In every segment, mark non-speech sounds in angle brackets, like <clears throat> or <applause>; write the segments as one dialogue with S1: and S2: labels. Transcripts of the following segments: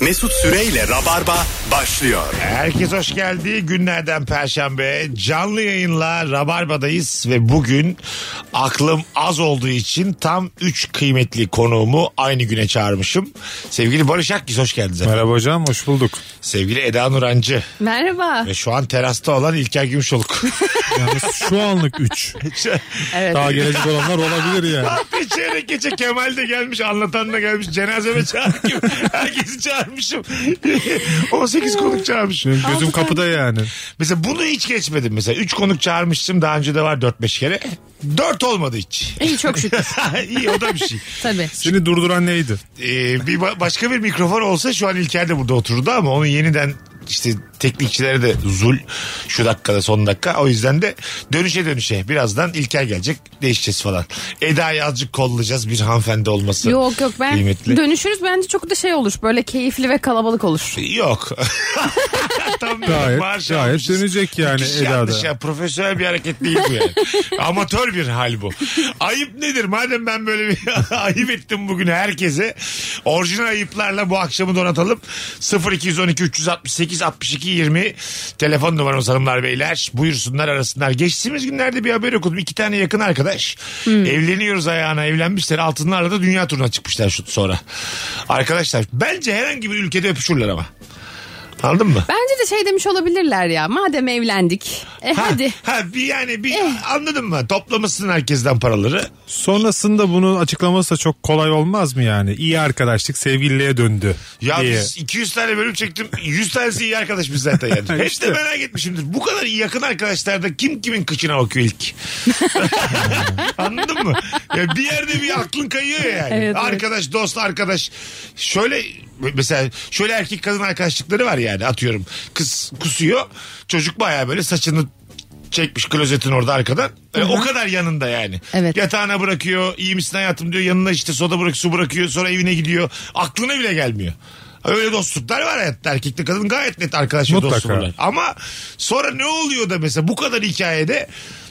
S1: Mesut Süreyle Rabarba başlıyor.
S2: Herkes hoş geldi. Günlerden Perşembe canlı yayınla Rabarba'dayız ve bugün aklım az olduğu için tam 3 kıymetli konuğumu aynı güne çağırmışım. Sevgili Barış Akgüz hoş geldiniz. efendim.
S3: Merhaba hocam hoş bulduk.
S2: Sevgili Eda Nurancı
S4: Merhaba.
S2: ve şu an terasta olan İlker Gümüşoluk. <laughs>
S3: Yani şu anlık 3.
S4: Evet.
S3: Daha gelecek olanlar olabilir yani.
S2: Geçene gece Kemal de gelmiş anlatan da gelmiş cenazeme çağırmışım. <laughs> Herkesi çağırmışım. <laughs> 18 konuk çağırmışım.
S3: Benim gözüm kapıda yani.
S2: Mesela bunu hiç geçmedim mesela. Üç konuk çağırmıştım daha önce de var dört beş kere. Dört olmadı hiç. <laughs>
S4: İyi çok şükür.
S2: İyi o da bir şey.
S4: Tabii.
S3: Seni durduran neydi?
S2: Ee, bir ba- başka bir mikrofon olsa şu an İlker de burada otururdu ama onu yeniden işte teknikçilere de zul şu dakikada son dakika. O yüzden de dönüşe dönüşe birazdan İlker gelecek değişeceğiz falan. Eda'yı azıcık kollayacağız bir hanımefendi olması.
S4: Yok yok ben
S2: Kıymetli.
S4: dönüşürüz bence çok da şey olur. Böyle keyifli ve kalabalık olur.
S2: <laughs> Yok. Tam bir
S3: şey Gayet,
S2: marş
S3: gayet
S2: almışız.
S3: dönecek yani
S2: Müthiş
S3: Eda'da.
S2: yanlış ya. Profesyonel bir hareket değil bu
S3: <laughs>
S2: yani. Amatör bir hal bu. Ayıp nedir? Madem ben böyle bir <laughs> ayıp ettim bugün herkese. Orijinal ayıplarla bu akşamı donatalım. 0212 368 62 20 telefon numaramız hanımlar beyler. Buyursunlar arasınlar. Geçtiğimiz günlerde bir haber okudum. İki tane yakın arkadaş. Evleniyoruz ayağına evlenmişler. Altınlarla da dünya turuna çıkmışlar şu sonra. Arkadaşlar bence herhangi bir ülkede öpüşürler ama. Anladın mı?
S4: Bence de şey demiş olabilirler ya. Madem evlendik. E
S2: Ha,
S4: hadi. Eh.
S2: Ha bir yani bir anladın mı? Toplamışsın herkesten paraları.
S3: Sonrasında bunu açıklaması da çok kolay olmaz mı yani? İyi arkadaşlık sevgililiğe döndü
S2: Ya
S3: diye.
S2: biz 200 tane bölüm çektim. 100 tanesi iyi arkadaşmış zaten yani. Hep de
S3: İşte.
S2: merak etmişimdir. Bu kadar yakın arkadaşlarda kim kimin kıçına bakıyor ilk?
S4: <laughs>
S2: Anladın mı? Ya bir yerde bir aklın kayıyor yani.
S4: evet.
S2: arkadaş, dost, arkadaş. Şöyle mesela şöyle erkek kadın arkadaşlıkları var yani atıyorum. Kız kusuyor. Çocuk bayağı böyle saçını çekmiş klozetin orada arkadan. E, o kadar yanında yani.
S4: Evet.
S2: Yatağına bırakıyor. iyi misin hayatım diyor. Yanına işte soda bırak su bırakıyor. Sonra evine gidiyor. Aklına bile gelmiyor. Öyle dostluklar var hayatta. Erkekle kadın gayet net arkadaş ve
S3: Mutlaka.
S2: dostluklar. Ama sonra ne oluyor da mesela bu kadar hikayede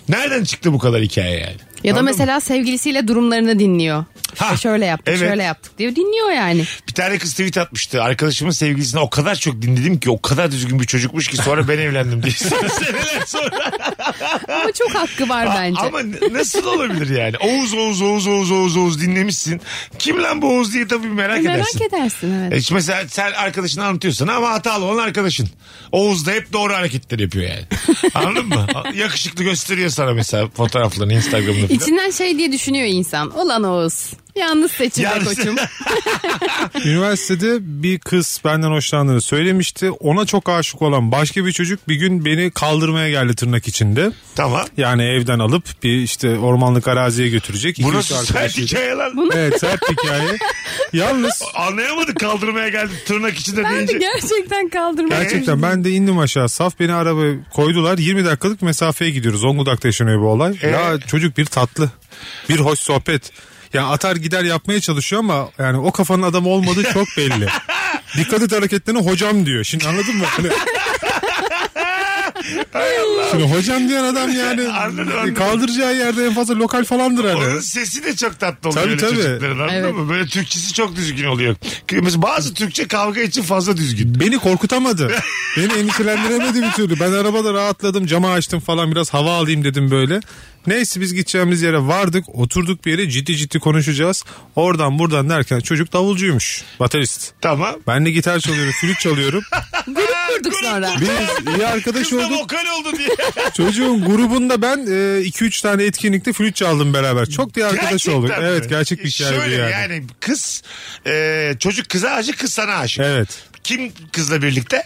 S2: nereden çıktı bu kadar hikaye yani?
S4: Ya da
S2: Anladın
S4: mesela sevgilisiyle durumlarını dinliyor.
S2: Ha,
S4: İşte şöyle yaptık,
S2: evet.
S4: şöyle yaptık diyor. Dinliyor yani.
S2: Bir tane kız tweet atmıştı. Arkadaşımın sevgilisine o kadar çok dinledim ki o kadar düzgün bir çocukmuş ki sonra ben
S4: <laughs>
S2: evlendim diye. Seneler sonra.
S4: Ama çok hakkı var bence.
S2: Ama n- nasıl olabilir yani? Oğuz Oğuz Oğuz Oğuz Oğuz Oğuz dinlemişsin. Kim lan bu Oğuz diye tabii merak
S4: E, merak
S2: edersin.
S4: edersin. evet.
S2: Hiç mesela sen arkadaşını anlatıyorsun ama hatalı olan arkadaşın. Oğuz da hep doğru hareketler yapıyor
S4: <laughs>
S2: yani. Anladın mı? Yakışıklı gösteriyor sana mesela fotoğraflarını Instagram'da falan.
S4: İçinden şey diye düşünüyor insan. Olan Oğuz. Yalnız seçim be
S2: Yalnız- <laughs>
S4: koçum.
S3: Üniversitede bir kız benden hoşlandığını söylemişti. Ona çok aşık olan başka bir çocuk bir gün beni kaldırmaya geldi tırnak içinde.
S2: Tamam.
S3: Yani evden alıp bir işte ormanlık araziye götürecek. İki
S2: Bu
S3: üç
S2: nasıl sert
S3: arkadaşıyla-
S2: hikaye lan?
S3: Evet sert
S2: <laughs>
S3: hikaye. Yalnız
S2: Anlayamadık kaldırmaya geldi tırnak içinde
S4: Ben de
S2: deyince.
S4: gerçekten kaldırmaya
S3: Gerçekten ben de indim aşağı. Saf beni arabaya koydular. 20 dakikalık mesafeye gidiyoruz. Zonguldak'ta yaşanıyor bu olay.
S2: Ee?
S3: Ya çocuk bir tatlı. Bir hoş sohbet. Ya atar gider yapmaya çalışıyor ama yani o kafanın adamı olmadığı çok
S2: <laughs>
S3: belli. Dikkat et hareketlerine hocam diyor. Şimdi anladın mı? Hani- Şimdi hocam diyen adam yani
S2: Anladım, anladım.
S3: kaldıracağı yerde en fazla lokal falandır
S2: Onun
S3: hani.
S2: sesi de çok tatlı oluyor
S3: Tabii,
S2: öyle
S3: tabii.
S2: çocukların anladın
S4: Evet.
S2: mı? Böyle Türkçesi çok düzgün oluyor. Mesela bazı Türkçe kavga için fazla düzgün.
S3: Beni korkutamadı. Beni endişelendiremedi bir türlü. Ben arabada rahatladım. Camı açtım falan biraz hava alayım dedim böyle. Neyse biz gideceğimiz yere vardık. Oturduk bir yere ciddi ciddi konuşacağız. Oradan buradan derken çocuk davulcuymuş. Baterist.
S2: Tamam.
S3: Ben de gitar çalıyorum, flüt çalıyorum.
S4: Durduk sonra.
S3: Biz iyi arkadaş
S2: Kız da
S3: olduk.
S2: vokal oldu diye.
S3: Çocuğun grubunda ben 2-3 tane etkinlikte flüt çaldım beraber. Çok iyi <laughs> arkadaş
S2: Gerçekten
S3: olduk.
S2: mi?
S3: Evet gerçek bir hikaye bu
S2: Şöyle
S3: yani.
S2: kız e, çocuk kıza aşık kız sana aşık.
S3: Evet.
S2: Kim kızla birlikte?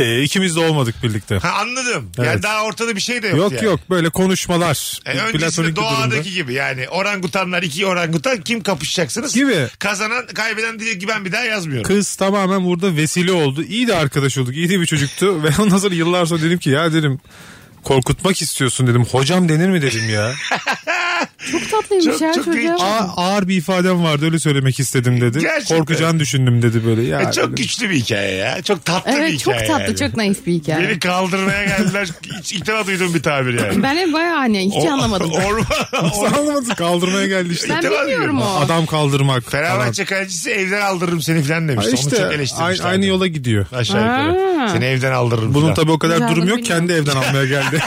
S3: E, ikimiz de olmadık birlikte.
S2: Ha anladım. Yani
S3: Evet.
S2: daha ortada bir şey de yok.
S3: Yok
S2: yani.
S3: yok böyle konuşmalar.
S2: E,
S3: Bir
S2: öncesinde
S3: platonik bir durumda.
S2: doğadaki gibi yani orangutanlar iki orangutan kim kapışacaksınız?
S3: Gibi.
S2: Kazanan kaybeden diyor ki ben bir daha yazmıyorum.
S3: <laughs> Kız tamamen burada vesile oldu. İyi de arkadaş olduk. iyi de bir çocuktu. <laughs> Ve ondan sonra yıllar sonra dedim ki ya dedim korkutmak istiyorsun dedim. Hocam denir mi dedim ya.
S4: Çok tatlıymış
S2: Çok-
S4: ya
S2: <laughs> çok
S4: çocuğa.
S2: iyi.
S3: A- ağır bir ifadem vardı öyle söylemek istedim dedi.
S2: Gerçekten.
S3: Korkacağını düşündüm dedi böyle. Ya,
S2: E, çok
S3: <laughs>
S2: güçlü bir hikaye ya. Çok tatlı bir
S4: Evet çok
S2: hikaye.
S4: tatlı
S2: yani.
S4: çok naif bir hikaye.
S2: Beni kaldırmaya geldiler. Hiç ilk defa duyduğum bir tabir yani.
S4: <clears throat> Ben hep bayağı hani hiç
S2: O- <laughs>
S4: anlamadım.
S2: Orman.
S3: Sen anlamadın kaldırmaya geldi işte.
S4: Ben
S2: devam
S4: bilmiyorum o.
S3: Adam kaldırmak falan.
S2: Fenerbahçe kalecisi evden aldırırım seni falan demiş.
S3: Ha
S2: Onu çok
S3: İşte aynı,
S2: eleştirmişlerdi.
S3: aynı yola gidiyor.
S2: Aşağı yukarı. Seni evden aldırırım
S3: Bunun
S2: falan.
S3: tabii o kadar
S4: Güzel,
S3: durum
S4: bunu
S3: yok. Kendi evden almaya geldi.
S2: <laughs>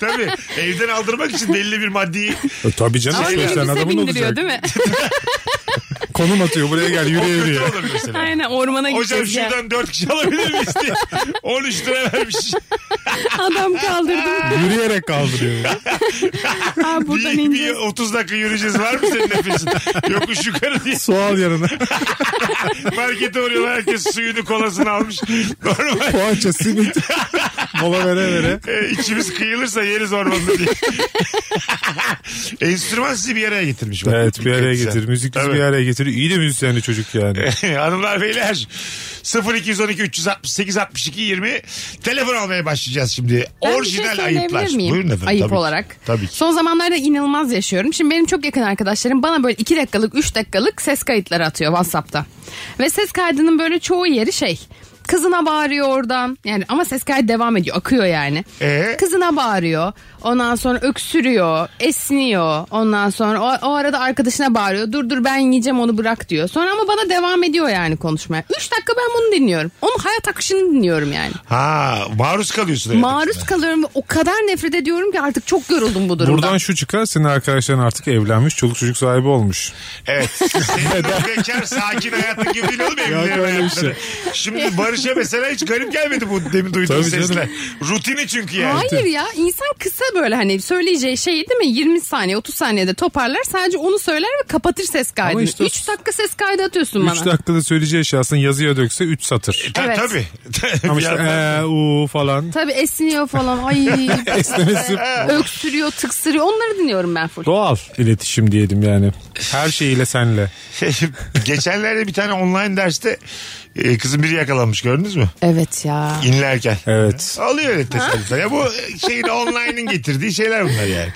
S2: Tabii evden aldırmak için belli bir
S3: <laughs>
S2: maddi
S3: E, tabii canım.
S4: Ama
S3: sen
S4: minibüse
S3: adamın
S4: bindiriyor
S3: olacak.
S4: değil mi?
S3: Konum atıyor buraya gel yürü
S2: kötü
S3: yürü.
S2: olur mesela.
S4: <laughs> Aynen ormana
S2: Hocam
S4: gideceğiz ya.
S2: şuradan 4 kişi alabilir miyiz diye. 13 lira vermiş.
S4: Adam
S2: <laughs>
S4: kaldırdım.
S3: Yürüyerek kaldırıyor.
S4: Aa, buradan
S2: Bir, bir
S4: ineceğiz.
S2: 30 dakika yürüyeceğiz var mı senin
S4: <laughs>
S2: nefesin? Yokuş yukarı diye
S3: Su al yanına.
S2: markete uğruyorlar. Herkes suyunu kolasını almış. Normal.
S3: Poğaça, <laughs> simit. Mola vere vere.
S2: E, içimiz kıyılırsa yeriz ormanda
S3: <laughs>
S2: diye. Enstrüman sizi bir araya getirmiş. bak.
S3: Evet bir araya
S2: Dikkat
S3: getir.
S2: sen.
S3: Müzik
S2: Tabii.
S3: bir araya getir. İyi de müzisyenli çocuk yani.
S2: <laughs> Hanımlar beyler 0212 368 62 20 telefon almaya başlayacağız şimdi.
S4: Ben bir
S2: Orijinal
S4: şey söyleyebilir
S2: ayıplar.
S4: miyim?
S2: Buyurun efendim.
S4: Ayıp
S2: tabii ki.
S4: olarak.
S2: Tabii ki.
S4: Son zamanlarda inanılmaz yaşıyorum. Şimdi benim çok yakın arkadaşlarım bana böyle 2 dakikalık 3 dakikalık ses kayıtları atıyor Whatsapp'ta. Ve ses kaydının böyle çoğu yeri şey kızına bağırıyor oradan. Yani ama ses kaydı devam ediyor. Akıyor yani.
S2: Ee?
S4: Kızına bağırıyor. Ondan sonra öksürüyor. Esniyor. Ondan sonra o, o arada arkadaşına bağırıyor. Dur dur ben yiyeceğim onu bırak diyor. Sonra ama bana devam ediyor yani konuşmaya. 3 dakika ben bunu dinliyorum. Onun hayat akışını dinliyorum yani.
S2: Ha maruz kalıyorsun. hayatım.
S4: Maruz kalıyorum ve o kadar nefret ediyorum ki artık çok yoruldum bu durumdan.
S3: Buradan şu çıkar senin arkadaşların artık evlenmiş çoluk çocuk sahibi olmuş.
S2: Evet.
S4: <laughs>
S2: Senin o bekar sakin hayatın gibi değil oğlum evlilerin
S3: öyle bir şey.
S2: hayatları. Şimdi Barış'a mesela hiç garip gelmedi bu demin duyduğum
S3: Tabii canım.
S2: sesler. Rutini çünkü yani.
S4: Hayır ya insan kısa böyle hani söyleyeceği şeyi değil mi 20 saniye 30 saniyede toparlar sadece onu söyler ve kapatır ses kaydını.
S3: işte o-
S4: 3 dakika ses kaydı atıyorsun
S3: 3
S4: bana. E,
S3: dakikada söyleyeceği şey aslında yazıya dökse 3 satır.
S2: Ta-
S4: Evet.
S2: Tabii. <laughs>
S3: <laughs> Ama
S2: Bir
S3: işte
S2: yandan-
S3: eee uuu falan.
S4: Tabii esniyor falan ay
S3: <laughs> Esnemesi
S4: <laughs> öksürüyor tıksırıyor onları dinliyorum ben full.
S3: doğal iletişim diyelim yani. Her şeyiyle senle.
S2: <laughs> Geçenlerde bir tane online derste e, kızın biri yakalanmış gördünüz mü?
S4: Evet ya.
S2: İnlerken.
S3: Evet.
S2: Alıyor öyle tesadüfen. Ya bu e, şeyin online'ın getirdiği şeyler bunlar yani.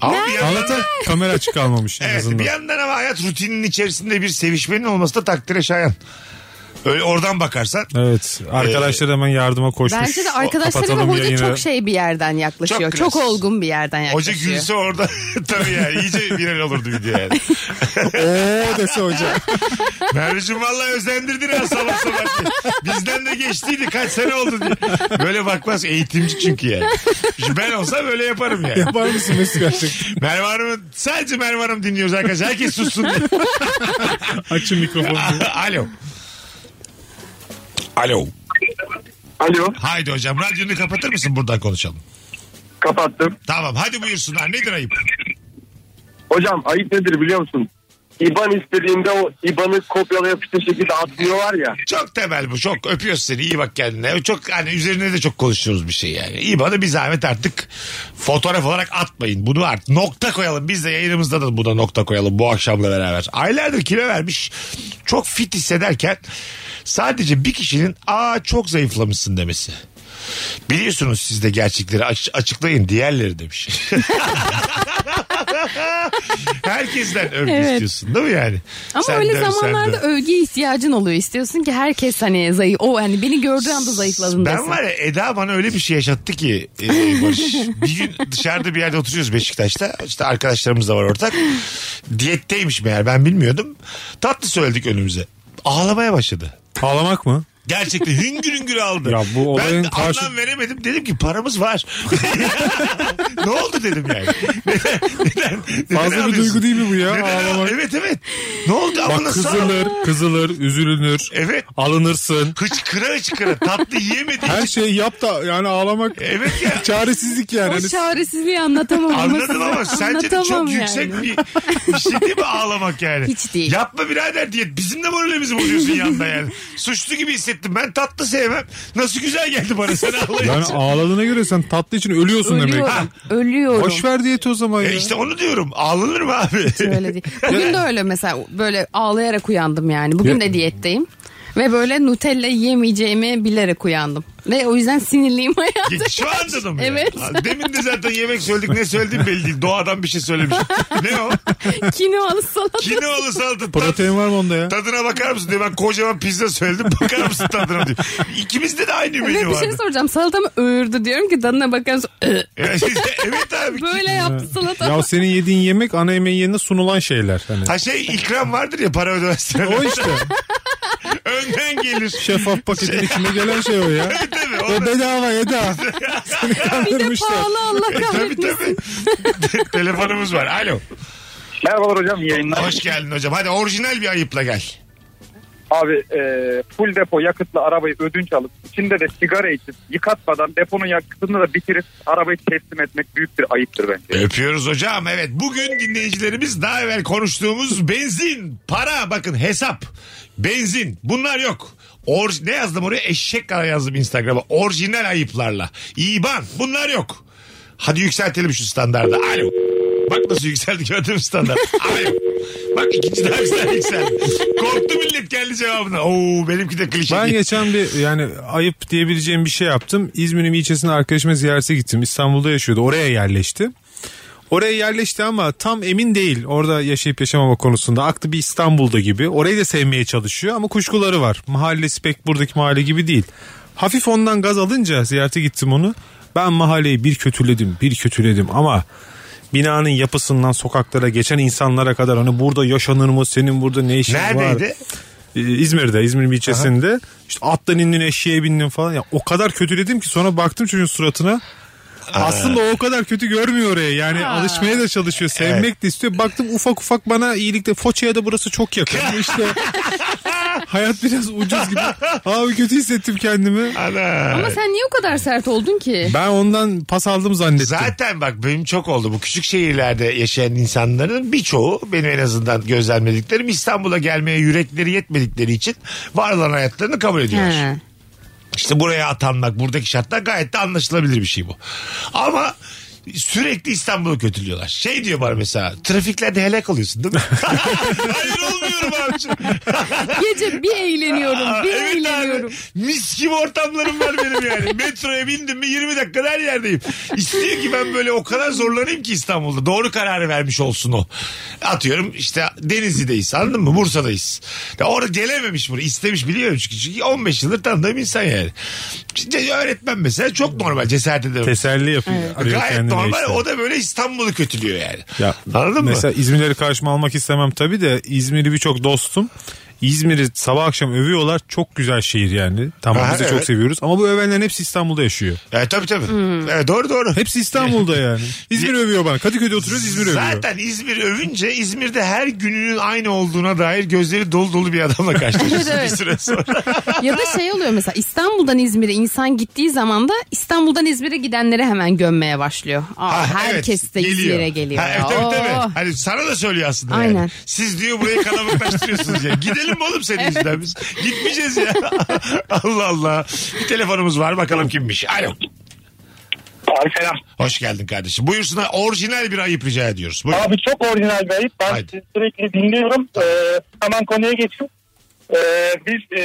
S2: Ama bir yandan,
S3: Anlatan kamera açık kalmamış en
S2: evet,
S3: azından.
S2: bir yandan ama hayat rutininin içerisinde bir sevişmenin olması da takdire şayan. Öyle oradan bakarsan.
S3: Evet. Arkadaşlar hemen yardıma koşmuş.
S4: Bence de arkadaşları ve
S3: Kapatalım
S4: hoca
S3: yayını.
S4: çok şey bir yerden yaklaşıyor.
S2: Çok
S4: Çok,
S2: klas.
S4: olgun bir yerden
S2: Hoca
S4: yaklaşıyor.
S2: gülse orada <laughs> tabii yani iyice viral olurdu video
S3: <laughs>
S2: yani.
S3: Oo Ee, dese
S4: <laughs>
S3: hoca.
S2: Merveciğim valla özendirdin ha sabah sabah. diye. Bizden de geçtiydi kaç sene oldu diye. Böyle bakmaz eğitimci çünkü yani. Şimdi ben olsam öyle yaparım yani.
S3: Yapar mısın Mesut gerçekten?
S2: Merve Hanım'ın sadece Merve Hanım dinliyoruz arkadaşlar. Herkes sussun diye.
S3: Açın mikrofonu.
S2: Alo. Alo.
S5: Alo
S2: Haydi hocam radyonu kapatır mısın buradan konuşalım.
S5: kapattım.
S2: Tamam hadi buyursunlar nedir ayıp?
S5: Hocam ayıp nedir biliyor musun? İban istediğinde o İban'ı kopyala yapıştır şekilde atlıyorlar ya.
S2: <laughs> Çok temel bu çok öpüyoruz seni iyi bak kendine. Çok hani üzerine de çok konuşuyoruz bir şey yani. İyi bana bir zahmet artık fotoğraf olarak atmayın. Bunu artık nokta koyalım. Biz de yayınımızda da buna nokta koyalım bu akşamla beraber. Aylardır kilo vermiş çok fit hissederken sadece bir kişinin aa çok zayıflamışsın demesi. Biliyorsunuz siz de gerçekleri aç- açıklayın diğerleri demiş. <laughs> Herkesten övgü
S4: Evet.
S2: istiyorsun değil mi yani?
S4: Ama
S2: Sen de
S4: öyle
S2: öv, sen de
S4: zamanlarda
S2: öv.
S4: övgüye ihtiyacın oluyor. İstiyorsun ki herkes hani zayıf o hani beni gördüğü anda zayıfladın
S2: Ben
S4: desin.
S2: var ya Eda bana öyle bir şey yaşattı ki e, Barış. bir gün dışarıda bir yerde oturuyoruz Beşiktaş'ta. İşte arkadaşlarımız da var ortak. Diyetteymiş meğer ben bilmiyordum. Tatlı söyledik önümüze. Ağlamaya başladı.
S3: Ağlamak mı?
S2: Gerçekten hüngür hüngür aldı.
S3: Ya bu olayın
S2: ben
S3: karşı-
S2: anlam veremedim. Dedim ki paramız var. <laughs> ne oldu dedim yani. Neden, neden, neden
S3: Fazla bir
S2: ağlıyorsun?
S3: duygu değil mi bu ya?
S2: Neden ağ-
S3: Ağlamak.
S2: Evet evet. Ne oldu ama
S3: Bak
S2: nasıl
S3: kızılır, kızılır, üzülünür.
S2: Evet.
S3: Alınırsın.
S2: Hıçkıra hıçkıra tatlı yiyemedi.
S3: Her şeyi yap da yani ağlamak
S2: Evet ya.
S3: <laughs> çaresizlik yani.
S4: O
S3: Hani
S4: çaresizliği anlatamam.
S2: Anladım ama sence de
S4: Anlatamam
S2: çok
S4: yani.
S2: yüksek bir, bir şey değil mi ağlamak yani?
S4: Hiç değil.
S2: Yapma birader diye bizim de moralimizi bozuyorsun yanında yani. Suçlu gibi hissettim ben tatlı sevmem. Nasıl güzel geldi bana sen
S3: yani
S2: ağlayınca.
S3: ağladığına göre sen tatlı için ölüyorsun demek.
S4: Ölüyorum. Ölüyorum.
S3: Boş ver diyeti o zaman ya.
S2: E işte onu diyorum ağlanır mı abi?
S4: Öyle değil. Bugün de öyle mesela böyle ağlayarak uyandım yani. Bugün
S3: Ya-
S4: de diyetteyim. Ve böyle Nutella yemeyeceğimi bilerek uyandım. Ve o yüzden sinirliyim <laughs>
S2: <laughs>
S4: hayatım.
S2: Şu anda da mı? ya?
S4: Evet.
S2: Ha, Demin de zaten yemek söyledik ne söylediğim belli değil. Doğadan bir şey söylemişim. ne o?
S4: Kinoalı salata.
S2: Kinoalı salata.
S3: Protein var mı onda ya?
S2: Tadına bakar mısın diyor. Ben kocaman pizza söyledim. Bakar mısın tadına diyor. İkimizde de aynı
S4: Ve
S2: menü
S4: bir şey
S2: vardı.
S4: soracağım. Salata mı öğürdü diyorum ki tadına bakarız.
S2: <laughs> evet abi.
S4: Böyle yaptı salata.
S3: Ya senin yediğin yemek ana yemeğin yerine sunulan şeyler. Hani.
S2: Ha şey ikram vardır ya para ödemezsen.
S3: O işte.
S2: <laughs> Önden gelir.
S3: Şeffaf paketin içinde gelen şey
S2: <laughs>
S3: o ya.
S2: Tabii,
S3: O
S2: orada- <laughs>
S3: bedava Eda. Seni
S4: bir de
S3: kandırmışlar.
S4: pahalı Allah
S2: E, Tabii
S4: kahretmesin.
S2: tabii. <laughs> Te- Telefonumuz var. Alo.
S5: Merhabalar hocam iyi yayınlar.
S2: Hoş geldin hocam. Hadi orijinal bir ayıpla gel.
S5: Abi e, full depo yakıtla arabayı ödünç alıp içinde de sigara içip yıkatmadan deponun yakıtını da bitirip arabayı teslim etmek büyük bir ayıptır bence.
S2: Öpüyoruz hocam. Evet bugün dinleyicilerimiz daha evvel konuştuğumuz benzin, para bakın hesap, benzin bunlar yok. Or ne yazdım oraya? Eşek kadar yazdım Instagram'a. Orijinal ayıplarla. İban bunlar yok. Hadi yükseltelim şu standardı. Alo. Bak nasıl yükseldi gördün mü standart. Alo. Bak ikinci daha güzel yükseldi. Korktu millet geldi cevabına. Oo benimki de klişe.
S3: Ben
S2: şey değil.
S3: geçen bir yani ayıp diyebileceğim bir şey yaptım. İzmir'in bir ilçesine arkadaşıma ziyarete gittim. İstanbul'da yaşıyordu. Oraya yerleşti. Oraya yerleşti ama tam emin değil orada yaşayıp yaşamama konusunda. Aklı bir İstanbul'da gibi. Orayı da sevmeye çalışıyor ama kuşkuları var. Mahallesi pek buradaki mahalle gibi değil. Hafif ondan gaz alınca ziyarete gittim onu. Ben mahalleyi bir kötüledim bir kötüledim ama binanın yapısından sokaklara geçen insanlara kadar hani burada yaşanır mı senin burada ne işin var?
S2: Neredeydi?
S3: Ee, İzmir'de İzmir'in bir ilçesinde işte attan indin eşeğe bindin falan ya o kadar kötüledim ki sonra baktım çocuğun suratına aslında o kadar kötü görmüyor oraya yani alışmaya da çalışıyor sevmek de istiyor baktım ufak ufak bana iyilikte Foça'ya da burası
S2: <laughs>
S3: çok yakın işte hayat biraz ucuz gibi abi kötü hissettim kendimi
S2: Ana.
S4: Ama sen niye o kadar sert oldun ki?
S3: ben ondan pas aldım zannettim
S2: Zaten bak benim çok oldu bu küçük şehirlerde yaşayan insanların birçoğu benim en azından gözlemlediklerim İstanbul'a gelmeye yürekleri yetmedikleri için var olan hayatlarını kabul ediyorlar.
S4: He.
S2: İşte buraya atanmak buradaki şartlar gayet de anlaşılabilir bir şey bu. Ama sürekli İstanbul'u kötülüyorlar. Şey diyor bana mesela trafiklerde helak oluyorsun değil mi? Hayır olmuyorum abiciğim.
S4: Gece bir eğleniyorum, bir
S2: Evet
S4: eğleniyorum.
S2: abi. Mis gibi ortamlarım var benim yani. Metroya bindim mi 20 dakikada her yerdeyim. İstiyor ki ben böyle o kadar zorlanayım ki İstanbul'da. Doğru kararı vermiş olsun o. Atıyorum işte Denizli'deyiz anladın mı? Bursa'dayız. Ya orada gelememiş buraya. İstemiş biliyorum çünkü. Çünkü 15 yıldır tanıdığım insan yani. İşte öğretmen mesela çok normal cesaret edemem.
S3: teselli yapıyor arıyor
S2: Gayet
S3: kendine
S2: normal.
S3: işte.
S2: O da böyle İstanbul'u kötülüyor yani.
S3: Ya,
S2: Anladın mı?
S3: mesela İzmirleri karşıma almak istemem tabii de İzmir'i birçok dostum. İzmir'i sabah akşam övüyorlar. Çok güzel şehir yani. Tamam
S2: Ha,
S3: biz de
S2: evet.
S3: çok seviyoruz. Ama bu övenlerin hepsi İstanbul'da yaşıyor.
S2: Evet, tabii tabii. Evet, doğru doğru. <laughs>
S3: Hepsi İstanbul'da yani. İzmir övüyor bana. Kadıköy'de oturuyoruz İzmir övüyor.
S2: Zaten İzmir övünce İzmir'de her gününün aynı olduğuna dair gözleri dolu dolu bir adamla karşılaşıyorsun
S4: Evet, evet.
S2: bir süre
S4: <laughs>
S2: sonra.
S4: Ya da şey oluyor mesela İstanbul'dan İzmir'e insan gittiği zaman da İstanbul'dan İzmir'e gidenlere hemen gömmeye başlıyor. Aa,
S2: Ha,
S4: herkes
S2: evet,
S4: de İzmir'e geliyor.
S2: Ha, evet, tabii,
S4: Oo.
S2: tabii. Hani sana da söylüyor aslında yani.
S4: Aynen.
S2: Siz diyor burayı kalabalıklaştırıyorsunuz ya. Gidelim mi oğlum senin yüzünden biz? Gitmeyeceğiz ya. <laughs> Allah Allah. Bir telefonumuz var bakalım kimmiş. Alo.
S5: Abi selam.
S2: Hoş geldin kardeşim. Buyursunlar orijinal bir ayıp rica ediyoruz. Buyur.
S5: Abi çok orijinal bir ayıp. Ben
S2: Haydi.
S5: sizi sürekli dinliyorum. Ee, hemen konuya geçeyim. Ee, biz e,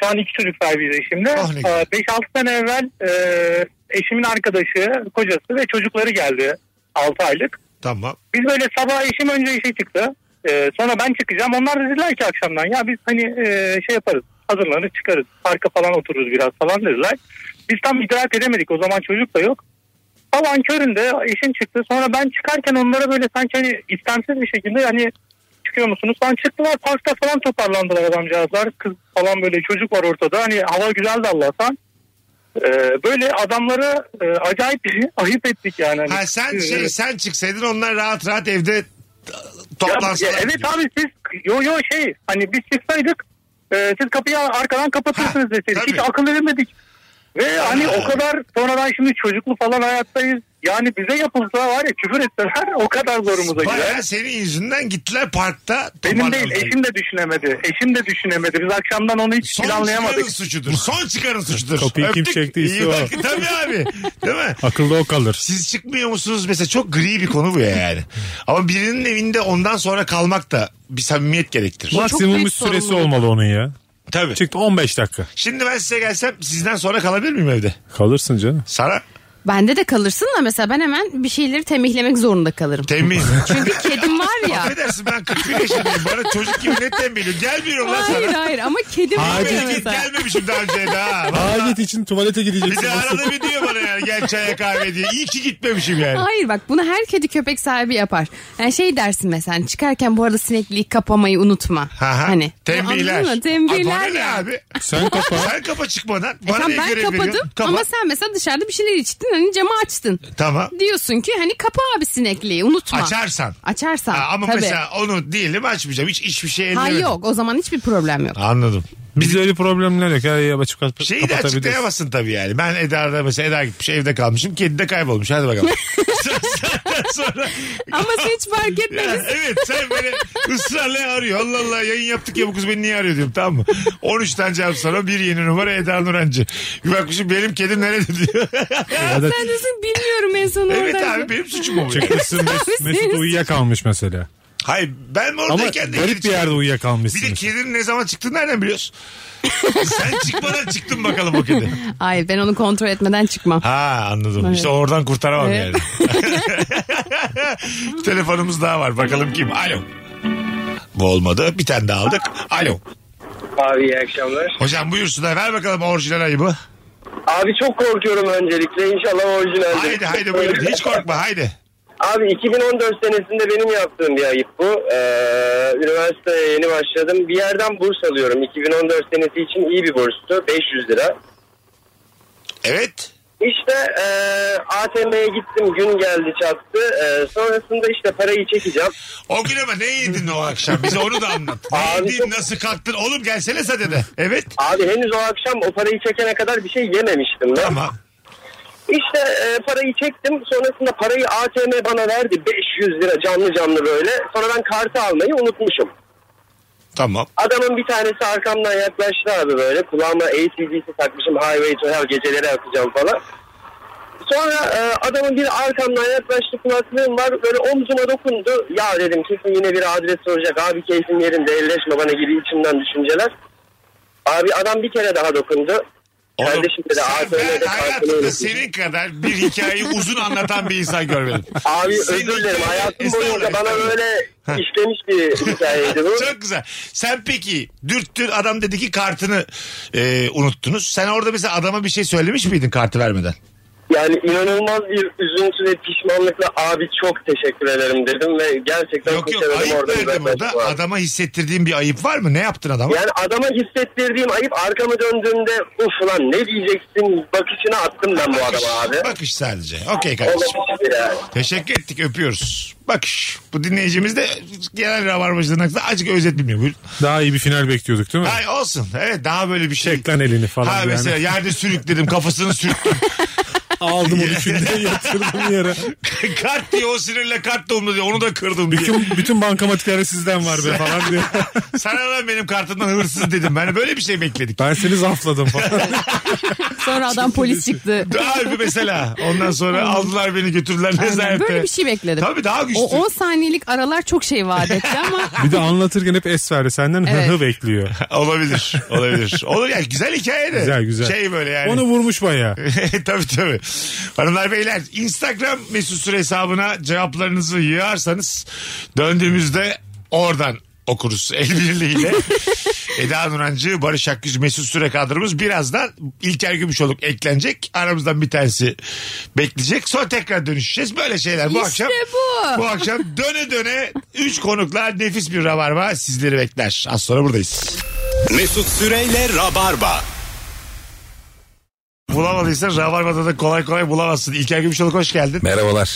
S5: şu an iki çocuk sahibiyiz eşimle.
S2: Oh, ne güzel.
S5: 5-6 sene evvel e, eşimin arkadaşı, kocası ve çocukları geldi. 6 aylık.
S2: Tamam.
S5: Biz böyle sabah eşim önce işe çıktı. Ee, sonra ben çıkacağım. Onlar da dediler ki akşamdan ya biz hani e, şey yaparız. Hazırlanır çıkarız. Parka falan otururuz biraz falan dediler. Biz tam idrak edemedik. O zaman çocuk da yok. Sabahın köründe eşim çıktı. Sonra ben çıkarken onlara böyle sanki hani istemsiz bir şekilde hani çıkıyor musunuz falan çıktılar. Parkta falan toparlandılar adamcağızlar. Kız falan böyle çocuk var ortada. Hani hava güzeldi Allah'tan. Ee, böyle adamlara e, acayip <laughs> bir ayıp ettik yani. Hani,
S2: Ha sen
S5: Ee,
S2: şey sen çıksaydın onlar rahat rahat evde t-
S5: ya,
S2: toplansalar.
S5: ya evet abi siz yo yo şey hani biz çıksaydık e, siz kapıyı arkadan kapatırsınız
S2: Ha,
S5: deseydik. Hiç
S2: tabii.
S5: akıl veremedik. Ve hani o kadar sonradan şimdi çocuklu falan hayattayız. Yani bize yapılsa var ya küfür etseler o kadar zorumuza gider.
S2: Bayağı senin yüzünden gittiler parkta.
S5: Benim değil
S2: toparlandılar.
S5: eşim de düşünemedi. Eşim de düşünemedi. Biz akşamdan onu hiç
S2: Son
S5: planlayamadık.
S2: çıkarın suçudur. Son çıkarın suçudur.
S3: Kapıyı kim çektiyse
S2: İyi
S3: o.
S2: bak- Tabii abi. Değil mi?
S3: Akılda o kalır.
S2: Siz çıkmıyor musunuz? Mesela çok gri bir konu bu ya yani. Ama birinin evinde ondan sonra kalmak da bir samimiyet gerektirir.
S4: çok
S3: Maksimum
S4: büyük
S3: bir süresi
S4: sorumluluk.
S3: olmalı onun ya.
S2: Tabii.
S3: Çıktı 15 dakika.
S2: Şimdi ben size gelsem sizden sonra kalabilir miyim evde?
S3: Kalırsın canım.
S2: Sana
S4: Bende de kalırsın da mesela ben hemen bir şeyleri temihlemek zorunda kalırım.
S3: <laughs>
S2: tembih.
S4: Çünkü kedim var <laughs> ya.
S2: Affedersin ben 41 yaşındayım. Bana çocuk gibi net tembihliyor. Gelmiyorum lan
S4: hayır
S2: sana.
S4: hayır ama kedim var ya
S2: Hayır. Git
S4: mesela.
S2: gelmemişim daha önce de ha.
S3: Hayret için tuvalete
S2: Bir
S3: gideceksin.
S2: de arada bir diyor bana yani gel çaya kahve diye. İyi ki gitmemişim yani.
S4: Hayır bak bunu her kedi köpek sahibi yapar. Yani şey dersin mesela çıkarken bu arada sinekliği kapamayı unutma.
S2: Ha ha.
S4: Hani
S2: Tembihler.
S4: Anladın mı?
S2: Aa,
S4: Tembihler
S2: bana ne
S4: ya.
S2: abi?
S3: Sen kapa.
S2: Sen kapa çıkmadan.
S4: E
S2: Bana
S4: tamam
S2: niye
S4: ben
S2: görev veriyorsun?
S4: kapadım
S2: Kapa.
S4: ama sen mesela dışarıda bir şeyler içtin hani camı açtın.
S2: Tamam.
S4: Diyorsun ki hani kapa abi sinekliği unutma.
S2: Açarsan.
S4: Açarsan.
S2: Ha, ama
S4: tabii.
S2: mesela onu diyelim açmayacağım. Hiç hiçbir şey
S4: Ha
S2: ellemedim.
S4: yok o zaman hiçbir problem yok.
S2: Anladım.
S3: Bizde öyle problemler yok. Her yeri açıp kap-
S2: Şeyi de
S3: kapatabiliriz.
S2: açıklayamazsın tabii yani. Ben Eda'da mesela Eda gitmiş evde kalmışım. Kedi de kaybolmuş. Hadi
S4: <laughs>
S2: bakalım. Saatten sonra
S4: Ama sen hiç
S2: <laughs>
S4: fark
S2: Ya,
S4: etmedin.
S2: evet sen beni ısrarla arıyor. Allah Allah yayın yaptık ya bu kız beni niye arıyor diyorum tamam mı? 13 tane cevap sonra bir yeni numara Eda Nurancı. Bir bakmışım benim kedim nerede diyor.
S3: Ya da
S4: sen diyorsun bilmiyorum en son
S2: evet
S4: oradaydı.
S2: abi benim suçum o.
S3: çıkmışsın
S2: <laughs>
S3: Mesut, Mesut uyuyakalmış mesela.
S2: Hayır ben
S3: Ama
S2: oradayken de
S3: garip
S2: kedi
S3: bir yerde
S2: çıktı. Bir de
S3: uyuyakalmışsın.
S2: kedinin ne zaman çıktığını nereden biliyorsun? <laughs> sen çıkmadan çıktın bakalım o kedi.
S4: Hayır ben onu kontrol etmeden çıkmam.
S2: Ha anladım.
S4: Evet.
S2: İşte oradan kurtaramam yani.
S4: Evet.
S2: <laughs> Telefonumuz daha var. Bakalım kim? Alo. Bu olmadı. Bir tane daha aldık. Alo.
S6: Abi iyi akşamlar.
S2: Hocam buyursunlar. Ver bakalım orijinal ayıbı.
S6: Abi çok korkuyorum öncelikle. İnşallah orijinaldir.
S2: Haydi haydi buyurun. Hiç korkma haydi.
S6: Abi 2014 senesinde benim yaptığım bir ayıp bu. Ee, üniversiteye yeni başladım. Bir yerden burs alıyorum. 2014 senesi için iyi bir burstu. 500 lira.
S2: Evet.
S6: İşte e, ATM'ye gittim. Gün geldi çattı. E, sonrasında işte parayı çekeceğim.
S2: O gün ama ne yedin o akşam? Bize onu da anlat. Ne
S6: Abi-
S2: yedin? Nasıl kalktın? Oğlum gelsene sadede. Evet.
S6: Abi henüz o akşam o parayı çekene kadar bir şey yememiştim ben.
S2: Tamam.
S6: İşte e, parayı çektim. Sonrasında parayı ATM bana verdi. 500 lira canlı canlı böyle. Sonra ben kartı almayı unutmuşum.
S2: Tamam.
S6: Adamın bir tanesi arkamdan yaklaştı abi böyle. Kulağıma ACDC takmışım Highway to Hell geceleri akacağım falan. Sonra e, adamın biri arkamdan yaklaştı kulaklığım var. Böyle omzuma dokundu. Ya dedim kesin yine bir adres soracak. Abi keyfin yerinde elleşme bana gibi içimden düşünceler. Abi adam bir kere daha dokundu.
S2: Oğlum,
S6: Kardeşim dedi
S2: sen-
S6: ATM'de
S2: ben
S6: kartını
S2: hayatımda
S6: unutmuş.
S2: senin kadar bir hikayeyi uzun anlatan bir insan görmedim.
S6: Abi
S2: Senin
S6: özür dilerim.
S2: hikayen-
S6: Hayatım
S2: Estağfurullah,
S6: boyunca bana
S2: estağfurullah.
S6: böyle işlemiş
S2: <laughs>
S6: bir hikayeydi bu.
S2: Çok güzel. Sen peki dürttün adam dedi ki kartını e, unuttunuz. Sen orada mesela adama bir şey söylemiş miydin kartı vermeden?
S6: Yani inanılmaz bir üzüntü ve pişmanlıkla abi çok teşekkür ederim dedim ve gerçekten
S2: yok yok
S6: teşekkür ederim
S2: ayıp
S6: oradan
S2: verdim orada.
S6: uzaklaştım abi.
S2: Adama hissettirdiğin bir ayıp var mı? Ne yaptın adama?
S6: Yani adama hissettirdiğim ayıp arkamı döndüğümde uf lan ne diyeceksin bakışına attım ben bu adama abi.
S2: Bakış sadece. Okey kardeşim.
S6: Olabilir yani.
S2: Teşekkür ettik öpüyoruz. Bakış. Bu dinleyicimiz de genel rabarbacılığın aksine azıcık özet bilmiyor. Buyurun.
S3: Daha iyi bir final bekliyorduk değil mi?
S2: <laughs> Hayır olsun. Evet daha böyle bir şey.
S3: Çek lan elini falan
S2: Ha
S3: yani.
S2: mesela yerde sürükledim kafasını sürüktüm.
S3: <laughs> Aldım
S2: <laughs>
S3: onu içinde yatırdım yere.
S2: kart diye o sinirle kart doğumlu diye onu da kırdım diye.
S3: Bütün, bütün bankamatikleri sizden var be falan diye.
S2: Sana lan benim kartımdan hırsız dedim. <laughs> Ben böyle bir şey bekledik.
S3: Ben seni zafladım falan.
S2: <laughs>
S4: Sonra adam polis çıktı.
S2: Abi mesela ondan sonra aldılar beni götürdüler
S4: Aynen,
S2: nezarete.
S4: Böyle bir şey bekledim.
S2: Tabii daha güçlü.
S4: O 10 saniyelik aralar çok şey
S2: <laughs>
S4: vaat etti ama
S3: Bir de anlatırken hep es verdi. Senden
S4: Evet.
S3: hı hı bekliyor.
S2: Olabilir. Olabilir. Olur ya güzel hikaye de.
S3: Güzel güzel.
S2: Şey böyle yani.
S3: Onu vurmuş bayağı.
S2: <laughs> tabii tabii. Hanımlar beyler Instagram mesut süre hesabına cevaplarınızı yığarsanız döndüğümüzde oradan okuruz el
S4: <laughs>
S2: birliğiyle. Eda Nurancı, Barış Akgüz, Mesut Süre kadromuz birazdan İlker Gümüşoluk eklenecek. Aramızdan bir tanesi bekleyecek. Sonra tekrar dönüşeceğiz. Böyle şeyler bu
S4: İşte
S2: akşam.
S4: bu.
S2: Bu akşam döne döne 3 konukla nefis bir rabarba sizleri bekler. Az sonra buradayız.
S1: Mesut Süreyle Rabarba.
S2: Bulamadıysan Rabarba'da da kolay kolay bulamazsın. İlker Gümüşoluk hoş geldin.
S7: Merhabalar.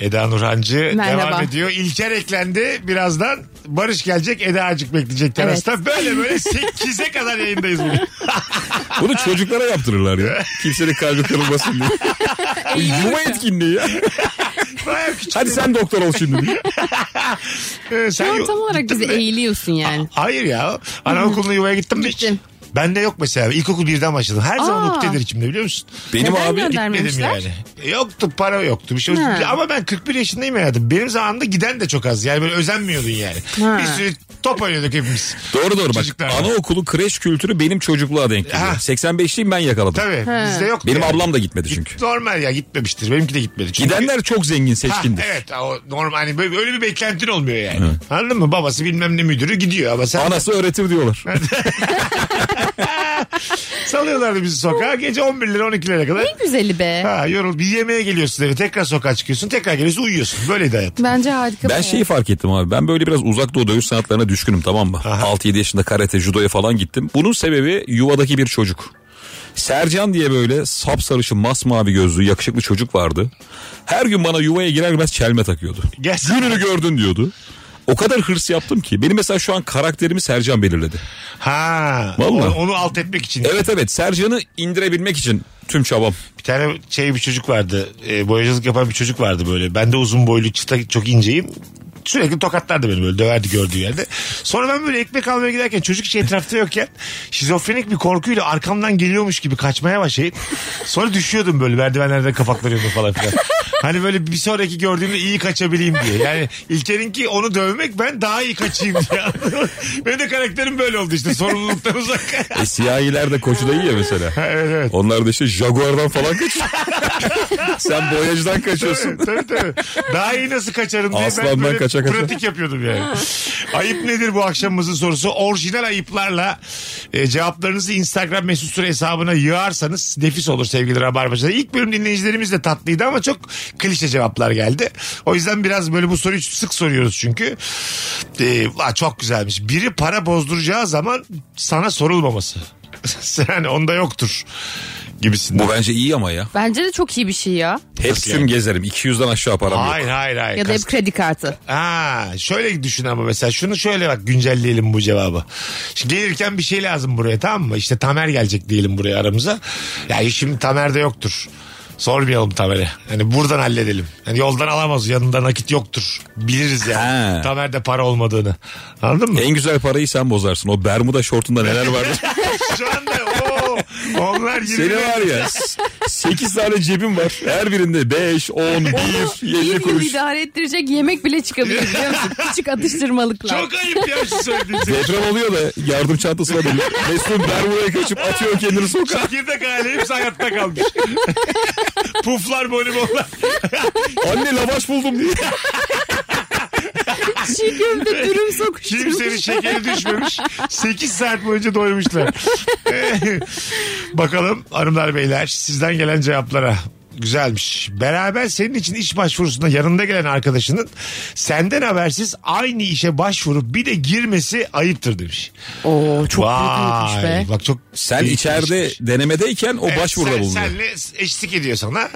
S2: Eda Nurhancı
S4: Merhaba.
S2: devam ediyor. İlker eklendi. Birazdan Barış gelecek. Eda acık bekleyecek terasta. Böyle böyle 8'e kadar yayındayız
S7: <laughs>
S2: bugün.
S7: Bunu çocuklara
S2: <laughs>
S7: yaptırırlar ya. Kimsenin kalbi kırılmasın
S3: <laughs>
S7: diye. Bu Yuva etkinliği ya.
S2: Bayağı küçük.
S7: Hadi sen doktor ol
S2: <laughs>
S7: şimdi diye.
S2: Ee,
S4: şu
S2: sen
S4: an
S2: yo-
S4: tam olarak
S2: gittin
S4: bize
S2: mi?
S4: eğiliyorsun yani.
S2: <laughs> Hayır ya. Anaokuluna yuvaya gittim mi hiç?
S4: Gittim.
S2: Bende yok mesela. İlkokul birden başladım. Her zaman
S4: Aa.
S2: uktedir içimde biliyor musun?
S7: Benim
S4: Neden
S7: abi
S2: Gitmedim
S4: göndermemişler?
S2: yani. Yoktu para yoktu bir şey.
S4: Ha.
S2: Ama ben 41 yaşındayım hayatım. Benim zamanımda giden de çok az. Yani böyle özenmiyordun yani.
S4: Ha.
S2: Bir sürü top oynuyorduk hepimiz.
S7: Doğru doğru bak.
S2: Çocuklar.
S7: Anaokulu kreş kültürü benim çocukluğa denk geliyor.
S2: Ha.
S7: 85'liyim ben yakaladım.
S2: Tabii bizde yoktu.
S7: Benim
S2: yani.
S7: ablam da gitmedi çünkü.
S2: Git- Normal ya gitmemiştir. Benimki de gitmedi. Çünkü-
S7: Gidenler çok zengin
S2: Ha,
S7: seçkindir.
S2: evet o normal hani böyle, öyle bir beklentin olmuyor yani. Anladın mı? Babası bilmem ne müdürü gidiyor ama sen
S7: Anası öğretir diyorlar.
S2: <laughs> salıyorlardı bizi sokağa. Gece 11'lere 12'lere kadar.
S4: Ne güzeli be.
S2: Ha yorul bir yemeğe geliyorsun eve tekrar sokağa çıkıyorsun tekrar geliyorsun uyuyorsun. Böyleydi hayat.
S4: Bence harika.
S7: Ben
S4: bir
S2: şey-
S7: şeyi fark ettim abi. Ben böyle biraz uzak doğu dövüş sanatlarına düşkünüm tamam mı? 6-7 yaşında karate, judoya falan gittim. Bunun sebebi yuvadaki bir çocuk. Sercan diye böyle sapsarışın masmavi gözlü yakışıklı çocuk vardı. Her gün bana yuvaya girer girmez çelme takıyordu.
S2: Gerçekten.
S7: Gününü gördün diyordu. O kadar hırs yaptım ki. Benim mesela şu an karakterimi Sercan belirledi.
S2: Ha.
S7: Vallahi.
S2: Onu, onu alt etmek için.
S7: Evet evet Sercan'ı indirebilmek için tüm çabam.
S2: Bir tane şey bir çocuk vardı. E, boyacılık yapan bir çocuk vardı böyle. Ben de uzun boylu çıta çok inceyim. Sürekli tokatlardı beni böyle döverdi gördüğü yerde. Sonra ben böyle ekmek almaya giderken çocuk hiç etrafta yokken şizofrenik bir korkuyla arkamdan geliyormuş gibi kaçmaya başlayıp sonra düşüyordum böyle merdivenlerden kapaklanıyordum falan filan. Hani böyle bir sonraki gördüğümde iyi kaçabileyim diye. Yani İlker'inki onu dövmek ben daha iyi kaçayım diye. <laughs> Benim de karakterim böyle oldu işte sorumluluktan uzak.
S7: E, siyahiler de koçu da iyi ya mesela.
S2: <laughs> evet evet.
S7: Onlar da işte Jaguar'dan falan kaçıyor. <laughs> Sen boyacıdan kaçıyorsun.
S2: tabii tabii. Daha iyi nasıl kaçarım diye ben
S7: Aslandan
S2: böyle
S7: kaça kaça.
S2: pratik yapıyordum yani. Ayıp nedir bu akşamımızın sorusu? Orijinal ayıplarla e, cevaplarınızı Instagram mesut süre hesabına yığarsanız nefis olur sevgili Rabarbacılar. İlk bölüm dinleyicilerimiz de tatlıydı ama çok klişe cevaplar geldi. O yüzden biraz böyle bu soruyu sık soruyoruz çünkü. E, "Aa, çok güzelmiş. Biri para bozduracağı zaman sana sorulmaması. <laughs> Sen hani onda yoktur gibisinden.
S7: Bu bence iyi ama ya.
S4: Bence de çok iyi bir şey ya.
S7: Hep tüm gezerim. 200'den aşağı param yok.
S2: Hayır hayır hayır.
S4: Ya da
S2: Kas-
S4: hep kredi kartı.
S2: Ha, şöyle düşün ama mesela şunu şöyle bak güncelleyelim bu cevabı. Şimdi gelirken bir şey lazım buraya tamam mı? İşte Tamer gelecek diyelim buraya aramıza. Ya şimdi Tamer de yoktur. Sormayalım Tamer'e. Hani buradan halledelim. Hani yoldan alamaz yanında nakit yoktur. Biliriz yani.
S7: Ha. E-
S2: Tamer'de para olmadığını. Anladın mı?
S7: En güzel parayı sen bozarsın. O Bermuda şortunda neler vardır.
S2: <laughs> Şu anda oo, onlar 20
S7: Seni var ya 8 tane cebim var. Her birinde 5, 10, 1,
S4: Bir
S7: 50
S4: yıl
S7: kuruş.
S4: idare ettirecek yemek bile çıkabilir biliyor
S2: <laughs>
S4: musun? Küçük atıştırmalıklar.
S2: Çok ayıp ya şu söylediğin şey.
S7: Deprem oluyor da yardım çantasına dönüyor. Mesut'un Bermuda'ya kaçıp atıyor kendini sokağa.
S2: Çekirdek aile hepsi hayatta kalmış. <laughs> Puflar bonibonlar.
S7: Anne lavaş buldum diye.
S4: Çiğ
S2: <laughs>
S4: köfte dürüm sokuşturmuş.
S2: Kimsenin şekeri düşmemiş. 8 saat boyunca doymuşlar. <laughs> Bakalım hanımlar beyler sizden gelen cevaplara. Güzelmiş. Beraber senin için iş başvurusunda yanında gelen arkadaşının senden habersiz aynı işe başvurup bir de girmesi ayıptır demiş.
S4: Oo çok
S2: Vay,
S4: büyük be.
S2: Bak çok
S7: Sen
S2: büyük
S7: içeride
S2: ilişmiş.
S7: denemedeyken o
S2: Evet,
S7: başvuruda
S2: sen-
S7: bulunuyor.
S2: Senle eşlik ediyor sana.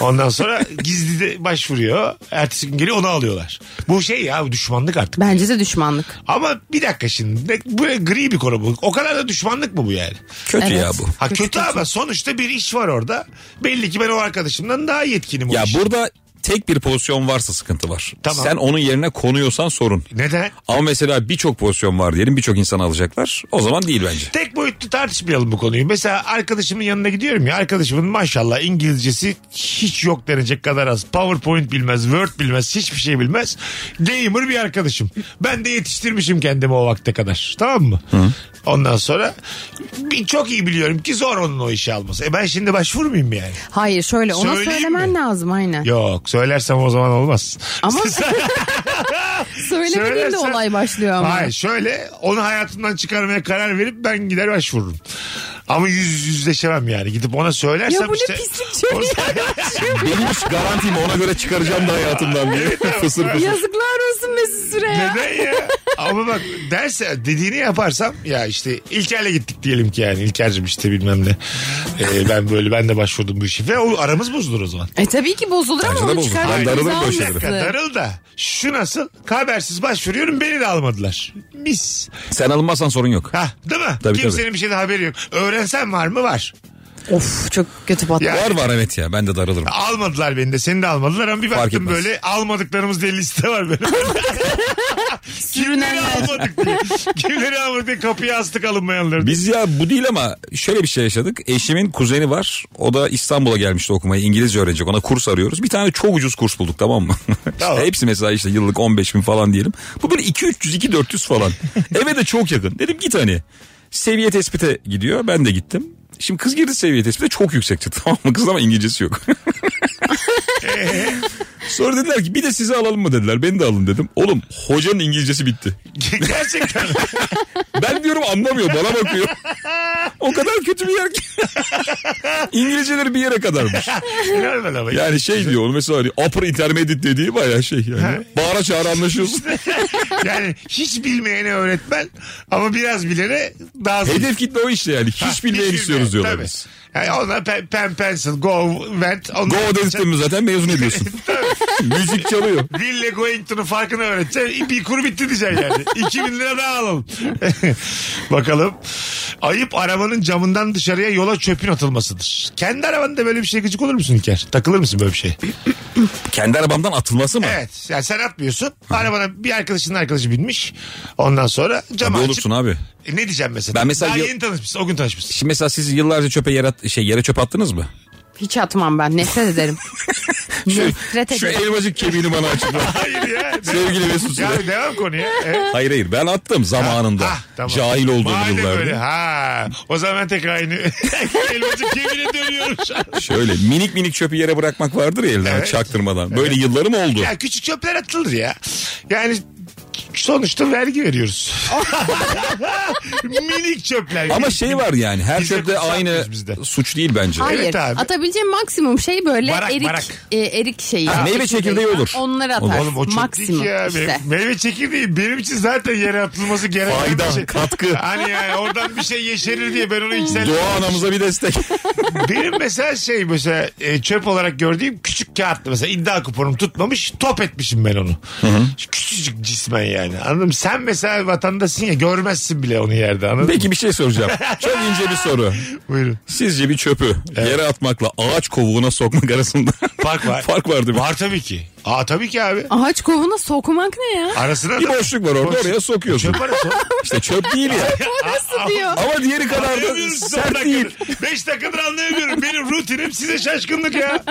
S2: Ondan sonra gizli de başvuruyor. Ertesi gün geliyor onu alıyorlar. Bu şey ya bu düşmanlık artık.
S4: Bence de düşmanlık.
S2: Ama bir dakika şimdi. Ne- Bu ne gri bir konu bu. O kadar da düşmanlık mı bu yani?
S7: Kötü
S4: Evet.
S7: ya bu.
S2: Ha kötü, ama sonuçta bir iş var orada. Belli ki ben o arkadaşımdan daha yetkinim. o
S7: Ya
S2: iş.
S7: burada tek bir pozisyon varsa sıkıntı var.
S2: Tamam.
S7: Sen onun yerine konuyorsan sorun.
S2: Neden?
S7: Ama mesela birçok pozisyon var diyelim birçok insan alacaklar. O zaman değil bence.
S2: Tek boyutlu tartışmayalım bu konuyu. Mesela arkadaşımın yanına gidiyorum ya. Arkadaşımın maşallah İngilizcesi hiç yok denecek kadar az. PowerPoint bilmez, Word bilmez, hiçbir şey bilmez. Gamer bir arkadaşım. Ben de yetiştirmişim kendimi o vakte kadar. Tamam mı? Ondan sonra bir, çok iyi biliyorum ki zor onun o işi alması. E ben şimdi başvurmayayım yani.
S4: Hayır şöyle ona
S2: Söyleyeyim
S4: söylemen
S2: mi?
S4: lazım aynen.
S2: Yok söylersem o zaman olmaz. <laughs>
S4: Ama <laughs> söylemediğinde
S2: Söylersen-
S4: olay başlıyor ama.
S2: Hayır şöyle onu hayatımdan çıkarmaya karar verip ben gider başvururum. Ama yüz yüzleşemem yani. Gidip ona söylersem
S4: Ya bu ne
S2: işte... <laughs>
S4: pislik şey
S2: Onu-
S7: Benim iş garantim ona göre çıkaracağım da hayatımdan <laughs> diye. fısır fısır.
S4: Yazıklar olsun Mesut Süre ya.
S2: Neden ya? Ama bak derse dediğini yaparsam ya işte İlker'le gittik diyelim ki yani İlker'cim işte bilmem ne. Ee, ben böyle ben de başvurdum bu işi. Ve o aramız bozulur o zaman.
S4: E tabii ki bozulur
S7: Bence
S4: ama
S7: de
S4: onu
S7: bozulur.
S4: çıkarmak
S7: Ben darılırım
S4: güzel
S7: o
S4: olması.
S7: şeylere.
S2: Darıl da şu nasıl? Habersiz başvuruyorum beni de almadılar. Mis.
S7: Sen alınmazsan sorun yok.
S2: Ha, değil mi?
S7: Tabii,
S2: Kimsenin bir şeyden haberi yok. Öğrensen var mı? Var.
S4: Of çok kötü patladı.
S2: Ya-
S7: Var var evet ya ben de darılırım.
S2: Almadılar beni de seni de almadılar ama bir
S7: Fark
S2: baktım
S7: etmez.
S2: böyle almadıklarımız diye liste var böyle. Kimleri
S4: Sürünenler.
S2: almadık diye. Kimleri almadık diye kapıya astık alınmayanları.
S7: Biz ya bu değil ama şöyle bir şey yaşadık. Eşimin kuzeni var. O da İstanbul'a gelmişti okumaya. İngilizce öğrenecek. Ona kurs arıyoruz. Bir tane çok ucuz kurs bulduk tamam mı? İşte
S2: Tamam.
S7: hepsi mesela işte yıllık 15 bin falan diyelim. Bu böyle 2-300, 2-400 falan. Eve de çok yakın. Dedim git hani. Seviye tespite gidiyor. Ben de gittim. Şimdi kız girdi seviye tespite çok yüksek çıktı <laughs> tamam mı? Kız ama İngilizcesi yok. Sonra dediler ki bir de sizi alalım mı dediler. Beni de alın dedim. Oğlum hocanın İngilizcesi bitti.
S2: Gerçekten.
S7: Ben diyorum anlamıyor bana bakıyor. O kadar kötü bir yer ki. İngilizceleri bir yere kadarmış.
S2: Helal bana bak.
S7: Yani şey diyor onu mesela hani upper intermediate dediği baya şey yani. Bağıra çağıra anlaşıyorsun.
S2: <laughs> Yani hiç bilmeyene öğretmen ama biraz bilene daha zor.
S7: Hedef kitle o işte yani.
S2: Ha,
S7: Hiç bilmeyen istiyoruz
S2: bilmeyen,
S7: diyorlar
S2: tabii.
S7: biz.
S2: Yani onlar pen, pen pencil, go, vent.
S7: Go dedikten mi zaten
S2: <laughs>
S7: mezun ediyorsun. Müzik çalıyor.
S2: Ville Goington'un farkını öğreteceksin. Bir kuru bitti diyeceksin yani. 2000 lira daha alalım. <laughs> Bakalım. Ayıp arabanın camından dışarıya yola çöpün atılmasıdır. Kendi arabanda böyle bir şey gıcık olur musun İlker? Takılır mısın böyle bir şey?
S7: Kendi arabamdan atılması mı?
S2: Evet. Yani sen atmıyorsun. Arabana bir arkadaşının arkadaşı binmiş. Ondan sonra
S7: Tabii
S2: camı açıp...
S7: olursun abi.
S2: E, ne diyeceğim mesela?
S7: Ben mesela
S2: Daha
S7: yıl-
S2: yeni tanışmışsın. O gün tanışmışsın.
S7: <laughs> Şimdi mesela siz yıllarca çöpe yere, at- şey, yere çöp attınız mı?
S4: Hiç atmam ben. Nefret ederim.
S2: <laughs>
S4: Nefret
S7: Şu
S4: ederim.
S7: elmacık kemiğini
S2: <laughs>
S7: bana açıkla.
S2: Hayır ya.
S7: Sevgili Mesut Süre.
S2: Ya devam konuya. Evet.
S7: Hayır hayır ben attım zamanında.
S2: Ah, tamam.
S7: Cahil olduğum
S2: Madem
S7: yıllarda.
S2: öyle, Ha. O zaman ben tekrar aynı. <laughs> Elbacık kemine dönüyorum şu an.
S7: Şöyle minik minik çöpü yere bırakmak vardır ya elden
S2: Evet.
S7: çaktırmadan. Böyle yıllarım oldu.
S2: Ya küçük çöpler atılır ya. Yani sonuçta vergi
S7: <laughs>
S2: veriyoruz. Minik çöpler.
S7: Ama
S2: Minik,
S7: şey
S2: minik.
S7: var yani her
S2: Bizde
S7: çöpte
S2: kutsal
S7: aynı
S2: biz bizde.
S7: suç değil bence.
S4: Hayır.
S2: Evet abi.
S4: Atabileceğim maksimum şey böyle
S2: Barak,
S4: erik
S2: barak.
S4: e, erik şeyi.
S7: Ha, meyve çekirdeği olur.
S4: Onları atar.
S2: Oğlum o çok
S4: maksimum
S2: dik ya.
S4: işte.
S2: Me- Meyve çekirdeği benim için zaten yere atılması gereken bir
S7: Fayda,
S2: şey.
S7: katkı.
S2: Hani yani oradan bir şey yeşerir diye ben onu içsel...
S7: Doğa anamıza bir destek.
S2: <laughs> Benim mesela şey mesela e, çöp olarak gördüğüm küçük kağıtlı mesela iddia kuponum tutmamış top etmişim ben onu. Küçücük cismen yani anladın mı? Sen mesela vatandaşsın ya görmezsin bile onu yerde anladın mı?
S7: Peki bir şey soracağım. Çok ince bir soru.
S2: Buyurun.
S7: Sizce bir çöpü yere atmakla ağaç kovuğuna sokmak arasında
S2: Fark var.
S7: <laughs> fark var değil mi?
S2: Var tabii ki. Aa tabii ki abi.
S4: Ağaç kovuna sokmak ne ya?
S2: Arasına
S7: Bir
S2: da-
S7: boşluk var orada
S2: Boşluk.
S7: oraya sokuyorsun.
S2: Çöp
S7: <laughs>
S2: arası.
S7: İşte çöp
S2: <laughs>
S7: değil ya.
S4: Nasıl diyor?
S7: Ama diğeri kadar da
S2: Anlayamıyorum son
S7: sert değil.
S2: dakikadır. 5 dakikadır anlayamıyorum. Benim rutinim size şaşkınlık ya.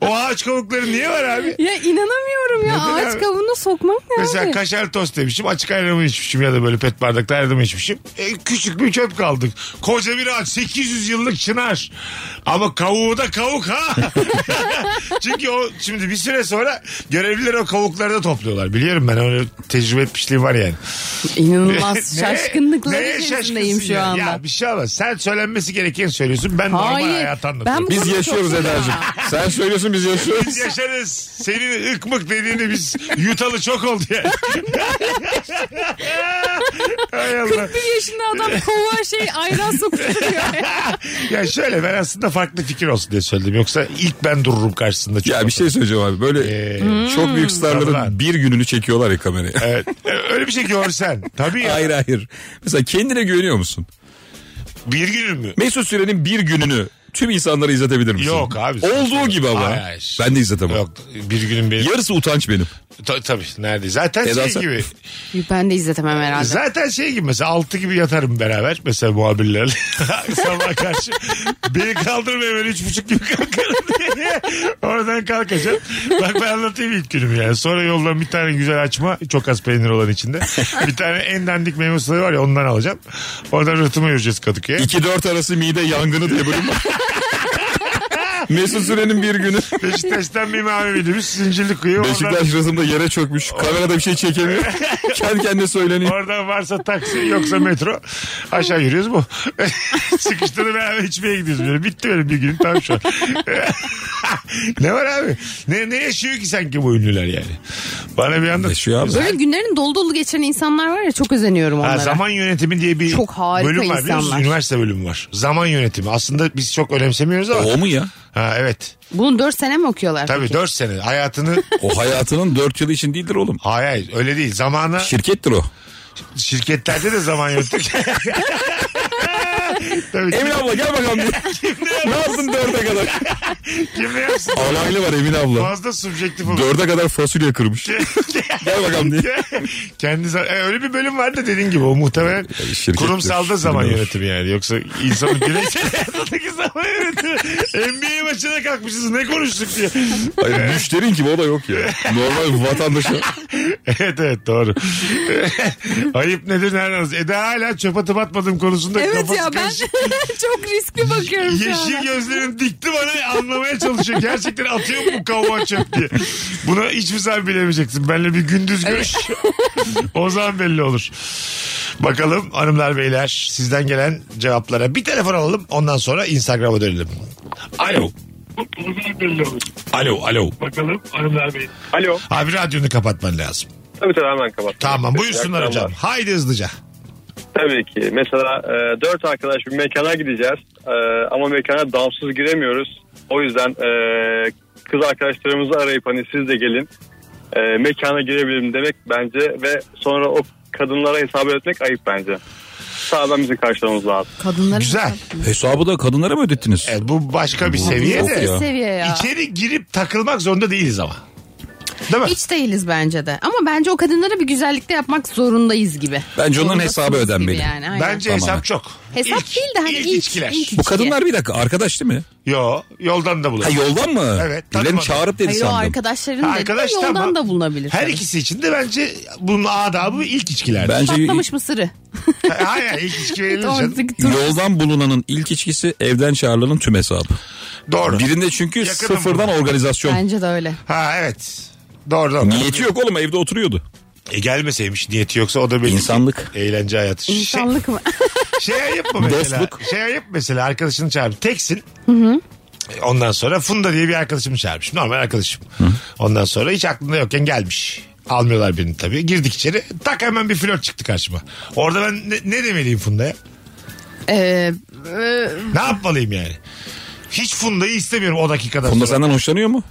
S2: O ağaç kavukları niye var abi?
S4: Ya inanamıyorum ya.
S2: Neden
S4: Ağaç
S2: abi?
S4: kavuna sokmak ne
S2: Mesela
S4: abi?
S2: kaşar tost demişim. Açık ayranımı içmişim ya da böyle pet bardakta ayranımı içmişim. E, küçük bir çöp kaldık. Koca bir ağaç. 800 yıllık çınar. Ama kavuğu da kavuk ha. <laughs> Çünkü o şimdi bir süre sonra görevliler o kavukları da topluyorlar. Biliyorum ben öyle tecrübe etmişliğim var yani.
S4: İnanılmaz
S2: <laughs> Neye-
S4: şaşkınlıklar
S2: neye
S4: içerisindeyim
S2: şaşkınsın
S4: şu
S2: ya?
S4: anda.
S2: Ya bir şey olmaz. Sen söylenmesi gerekeni söylüyorsun. Ben normal
S4: Hayır,
S2: hayatı
S4: ben
S2: anlatıyorum.
S4: bu-
S7: Biz
S4: Bunu çok
S7: yaşıyoruz
S4: güzel.
S7: Eda'cığım. Sen söylüyorsun
S2: <laughs>
S7: biz yaşıyoruz.
S2: Biz yaşarız. Senin ıkmık dediğini biz yutalı çok oldu yani. Hay Allah.
S4: <laughs> Bir yaşında adam kova şey ayran sokuşturuyor.
S2: Ya şöyle ben aslında farklı fikir olsun diye söyledim. Yoksa ilk ben dururum karşısında. Çok
S7: Ya bir şey söyleyeceğim abi. Böyle çok büyük
S2: Tabii.
S7: starların bir gününü çekiyorlar ya kameraya.
S2: Ee, Evet. Öyle bir şey görsen. Tabii ya.
S7: <laughs> Hayır hayır. Mesela kendine güveniyor musun?
S2: Bir günün mü?
S7: Mesut Süren'in bir gününü tüm insanlara izletebilir misin?
S2: Yok abi.
S7: Olduğu gibi ama.
S2: Hayır, hayır.
S7: Ben de izletemem.
S2: Yok bir günün benim.
S7: Yarısı utanç benim.
S2: Ta- tabii nerede? Zaten
S7: Eda
S2: şey
S7: sen-
S2: gibi.
S4: ben de izletemem herhalde.
S2: Zaten şey gibi mesela 6 gibi yatarım beraber mesela muhabirlerle <laughs> sabah karşı. Beni kaldırmaya böyle üç buçuk gibi kalkarım diye. Oradan kalkacağım. Bak ben anlatayım ilk günümü yani. Sonra yoldan bir tane güzel açma çok az peynir olan içinde. Bir tane en dandik meyve suyu var ya ondan alacağım. Oradan rıhtıma yürüyeceğiz Kadıköy'e.
S7: 2-4 arası mide yangını
S2: <laughs>
S7: diye bölüm var. Mesut Süren'in bir günü.
S2: Beşiktaş'tan bir mavi minibüs zincirli kuyu. Oradan,
S7: Beşiktaş rızımda yere çökmüş. Kamerada bir şey çekemiyor.
S2: <laughs>
S7: Kendi kendine söyleniyor.
S2: oradan varsa taksi yoksa metro. Aşağı yürüyoruz bu. <laughs> Sıkıştı da beraber içmeye gidiyoruz. Böyle. Bitti benim bir gün tam şu an. <laughs> ne var abi? Ne, ne yaşıyor ki sanki bu ünlüler yani? Bana bir anda...
S7: Yaşıyor abi.
S4: Böyle günlerin dolu dolu geçen insanlar var ya çok özeniyorum onlara.
S2: Ha, zaman yönetimi diye bir
S4: Çok harika
S2: bölüm var biliyor musunuz?
S4: insanlar.
S2: Üniversite bölümü var. Zaman yönetimi. Aslında biz çok önemsemiyoruz ama.
S7: O mu ya?
S2: Ha, evet.
S4: Bunu 4 sene mi okuyorlar?
S2: Tabii
S4: peki?
S2: 4 sene.
S7: <laughs>
S2: Hayatını...
S7: O hayatının 4 yılı için değildir oğlum.
S2: hayır hayır öyle değil.
S7: Şey-
S2: Zamana...
S7: Şirkettir o. <laughs>
S2: Şirketlerde de zaman yönetimi. Tabii.
S7: Emine abla gel
S2: <laughs>
S7: bakalım. diye. ne yaptın dörde kadar?
S2: Kim ne yapsın?
S7: Alaylı var Emine abla.
S2: Fazla subjektif olur.
S7: Dörde kadar fasulye kırmış. gel bakalım
S2: <laughs>
S7: diye.
S2: Kendi zam- e, öyle bir bölüm var da dediğin gibi o muhtemelen
S7: şirkettir,
S2: kurumsalda zaman
S7: bilmiyorum.
S2: yönetimi yani. Yoksa insanın <laughs> bireysel hayatındaki zaman yönetimi. NBA maçına kalkmışız ne konuştuk diye. <laughs>
S7: Hayır, müşterin gibi o da yok ya. Normal vatandaşın.
S2: evet evet doğru. <laughs> Ayıp nedir nereden? Eda hala çöp atıp atmadığım konusunda
S4: Evet
S2: kafası
S4: ya ben
S2: karışık.
S4: <laughs> çok riskli bakıyorum şu
S2: Yeşil
S4: an.
S2: gözlerim dikti bana anlamaya çalışıyor. Gerçekten atıyor mu bu kavuğa çöp diye. Buna hiçbir sen bilemeyeceksin. Benle bir gündüz görüş. <laughs> o zaman belli olur. Bakalım hanımlar beyler sizden gelen cevaplara bir telefon alalım. Ondan sonra Instagram'a dönelim. Alo. Alo alo.
S6: Alo.
S2: Abi radyonu kapatman lazım.
S6: Tabii tabii hemen kapat.
S2: Tamam buyursunlar
S6: İyi
S2: hocam.
S6: akşamlar.
S2: Haydi hızlıca.
S6: Tabii ki. Mesela e, dört arkadaş bir mekana gideceğiz. E, ama mekana damsız giremiyoruz. O yüzden e, kız arkadaşlarımızı arayıp hani siz de gelin. E, mekana girebilirim demek bence ve sonra o kadınlara hesap etmek ayıp bence. Sağdan bizi karşılamamız lazım.
S4: Kadınların
S2: Güzel.
S7: Hesabı da kadınlara mı ödettiniz?
S2: Evet, E, bu başka bir seviye
S7: Yok
S2: de.
S7: ya.
S4: seviye ya.
S2: İçeri girip takılmak zorunda değiliz ama. Değil mi?
S4: Hiç değiliz bence de. Ama bence o kadınlara bir güzellik de yapmak zorundayız gibi.
S7: Bence onların
S4: Zorundasınız
S7: hesabı
S4: gibi
S7: ödenmeli.
S4: Yani, aynen.
S2: Bence
S7: Tamam.
S2: hesap çok.
S4: Hesap
S2: İlk-
S4: değil de hani
S2: ilk
S4: ilk,
S2: içkiler.
S4: ilk
S7: Bu
S4: içki.
S7: kadınlar bir dakika arkadaş değil mi?
S2: Yo yoldan da bulur.
S7: Ha yoldan mı?
S2: Evet,
S7: Birilerini
S2: tanımadım.
S7: çağırıp dedi
S4: Hayır o
S7: sandım.
S4: arkadaşların
S2: Arkadaş
S4: Arkadaş, yoldan
S2: tamam.
S4: da bulunabilir.
S2: Her
S4: tabii.
S2: ikisi için de bence bunun adabı ilk içkilerdir.
S7: Bence
S4: Patlamış mısırı.
S2: Hayır hayır, ilk içki
S4: <laughs>
S2: verilir canım.
S4: Ortadaki tur-
S7: yoldan bulunanın ilk içkisi evden çağrılanın tüm hesabı.
S2: Doğru.
S7: Birinde çünkü
S2: Yakınım
S7: sıfırdan
S2: buna.
S7: organizasyon.
S4: Bence de öyle.
S2: Ha evet. Doğru doğru.
S7: Niyeti yok oğlum evde oturuyordu.
S2: E, gelmeseymiş niyeti yoksa o da belli.
S7: İnsanlık.
S2: Eğlence hayatı. Şey-
S4: İnsanlık mı?
S2: <laughs> Şey, ayıp mı mesela?
S7: Dostluk.
S2: Şey ayıp mesela arkadaşını çağırmış. Teksin. E, Ondan sonra Funda diye bir arkadaşımı çağırmış. Normal arkadaşım. Ondan sonra hiç aklında yokken gelmiş. Almıyorlar beni tabii. Girdik içeri. Tak hemen bir flört çıktı karşıma. Orada ben ne, ne demeliyim Funda'ya?
S4: Ee, e,
S2: Ne yapmalıyım yani? Hiç Funda'yı istemiyorum o dakikadan
S7: Bunda
S2: sonra.
S7: senden hoşlanıyor mu?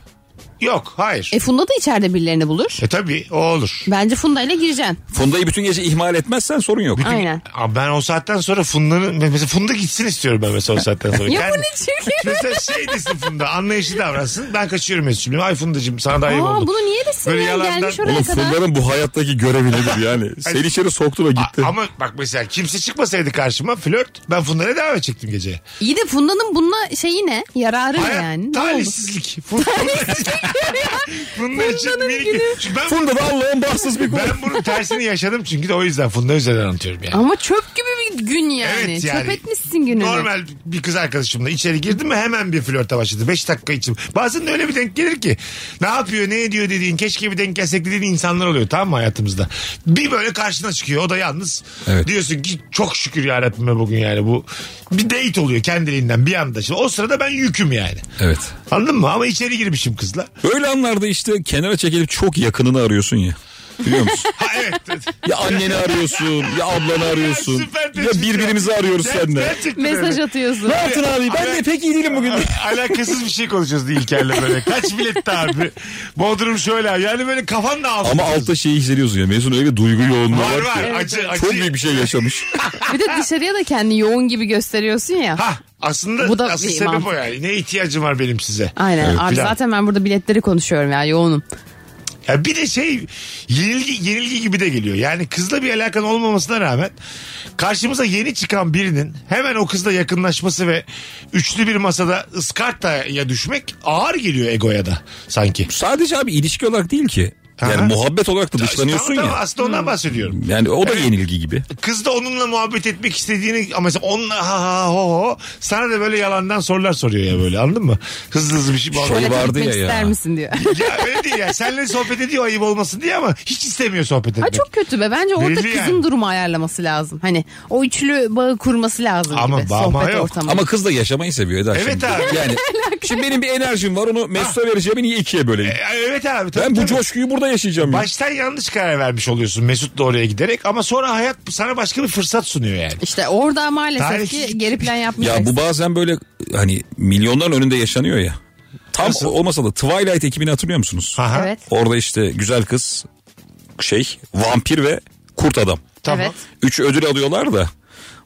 S2: Yok hayır.
S4: e, Funda da içeride birilerini bulur.
S2: E tabii o olur.
S4: Bence Funda
S2: <laughs>
S4: ile gireceksin.
S7: Funda'yı bütün gece ihmal etmezsen sorun yok.
S4: Aynen.
S2: Ama ben o saatten sonra Funda'nın mesela Funda gitsin istiyorum ben mesela o saatten sonra.
S4: <laughs> Ya bu
S2: Kendi-
S4: ne çirkin.
S2: Mesela şey desin Funda anlayışlı davransın ben kaçıyorum Mesut'cum. Ay Funda'cım sana da <laughs> ayıp
S4: Aa
S2: oldu.
S4: bunu niye desin
S2: Böyle
S4: ya?
S2: yalandan-
S4: Gelmiş oraya
S7: Oğlum
S4: kadar.
S7: Funda'nın bu hayattaki görevi nedir
S2: <laughs>
S7: yani? Seni içeri soktu ve gitti.
S2: A- ama bak mesela kimse çıkmasaydı karşıma flört ben Funda'ya devam edecektim gece.
S4: İyi de Funda'nın bununla şeyi ne? Yararı ne
S2: Hayat
S4: yani? Ne oldu?
S2: talihsizlik. Funda, Funda için
S4: Funda'nın
S2: minik.
S4: günü.
S2: Çünkü ben,
S7: Funda da Allah'ın bahtsız bir kul.
S2: ben bunun tersini yaşadım çünkü de o yüzden Funda üzerinden anlatıyorum yani.
S4: Ama çöp gibi bir gün yani.
S2: Evet yani.
S4: Çöp etmişsin gününü.
S2: Normal bir kız arkadaşımla içeri girdim mi hemen bir flörte başladı. 5 dakika için. Bazen de öyle bir denk gelir ki. Ne yapıyor ne ediyor dediğin keşke bir denk gelsek dediğin insanlar oluyor tamam mı hayatımızda. Bir böyle karşına çıkıyor o da yalnız.
S7: Evet.
S2: Diyorsun ki çok şükür yarabbime bugün yani bu. Bir date oluyor kendiliğinden bir anda. Şimdi o sırada ben yüküm yani.
S7: Evet.
S2: Anladın mı? Ama içeri girmişim kızla.
S7: Öyle anlarda işte kenara çekilip çok yakınını arıyorsun ya. Biliyor musun?
S2: Ha evet.
S7: <laughs> ya anneni arıyorsun, ya ablanı arıyorsun.
S2: Süper
S7: Ya
S2: tespit
S7: birbirimizi arıyoruz
S2: Ger-
S7: seninle.
S2: Gerçekten
S4: Mesaj
S2: öyle. <laughs>
S4: atıyorsun.
S7: Atın abi ben de pek iyi değilim bugün. <laughs>
S2: Alakasız bir şey konuşuyoruz İlker'le böyle. Kaç biletti abi? Bodrum şöyle abi. Yani böyle kafan da ağzı.
S7: Ama altta şeyi hissediyorsun ya. Mezun öyle bir duygu yoğunluğu
S2: Var var.
S7: var, ki.
S2: Acı acı.
S7: Çok büyük bir
S2: <laughs>
S7: şey yaşamış.
S4: Bir de dışarıya da kendi yoğun gibi gösteriyorsun ya.
S2: Ha aslında
S4: Bu da
S2: asıl
S4: bir
S2: sebep
S4: mantık.
S2: o yani. Ne ihtiyacım var benim size?
S4: Aynen abi
S2: Plan.
S4: zaten ben burada biletleri konuşuyorum ya yoğunum.
S2: Ya bir de şey yenilgi, yenilgi gibi de geliyor. Yani kızla bir alakan olmamasına rağmen karşımıza yeni çıkan birinin hemen o kızla yakınlaşması ve üçlü bir masada ıskartaya düşmek ağır geliyor egoya da sanki.
S7: Sadece abi ilişki olarak değil ki. Yani
S2: Aha.
S7: muhabbet olarak da dışlanıyorsun
S2: Tamam, tamam,
S7: ya.
S2: Aslında ondan bahsediyorum.
S7: Yani o da yenilgi gibi.
S2: Kız da onunla muhabbet etmek istediğini ama mesela onunla ha ha ho ho sana da böyle yalandan sorular soruyor ya böyle anladın mı? Hızlı hızlı bir şey
S7: Şöyle
S4: Böyle
S7: vardı
S4: gitmek
S7: ya ya.
S4: ister misin diyor.
S2: Ya öyle değil ya. Seninle sohbet ediyor ayıp olmasın diye ama hiç istemiyor sohbet etmek.
S4: Ha çok kötü be. Bence orada
S2: Belli
S4: kızın
S2: yani.
S4: durumu ayarlaması lazım. Hani o üçlü bağı kurması lazım
S2: Ama
S4: gibi.
S2: bağma
S4: Sohbet
S2: yok.
S4: ortamı. <laughs>
S7: Ama kız da yaşamayı seviyor Eda
S2: Evet
S7: şimdi.
S2: abi.
S7: Yani şimdi benim bir enerjim var onu Mesut'a vereceğim niye ikiye böleyim?
S2: Ya Evet abi. E, tabii,
S7: Ben bu
S2: tabii.
S7: coşkuyu burada yaşayacağım. ya.
S2: Baştan yanlış karar vermiş oluyorsun Mesut'la oraya giderek ama sonra hayat sana başka bir fırsat sunuyor yani.
S4: İşte orada maalesef
S2: Tarihsizlik.
S4: ki geri plan yapmayacaksın.
S7: Ya bu bazen böyle hani milyonların önünde yaşanıyor ya. Tam
S2: Nasıl?
S7: olmasa da Twilight ekibini hatırlıyor musunuz?
S2: Aha.
S4: Evet.
S7: Orada işte güzel kız şey vampir ve kurt adam.
S2: Tamam.
S4: Evet.
S7: Üç ödül alıyorlar da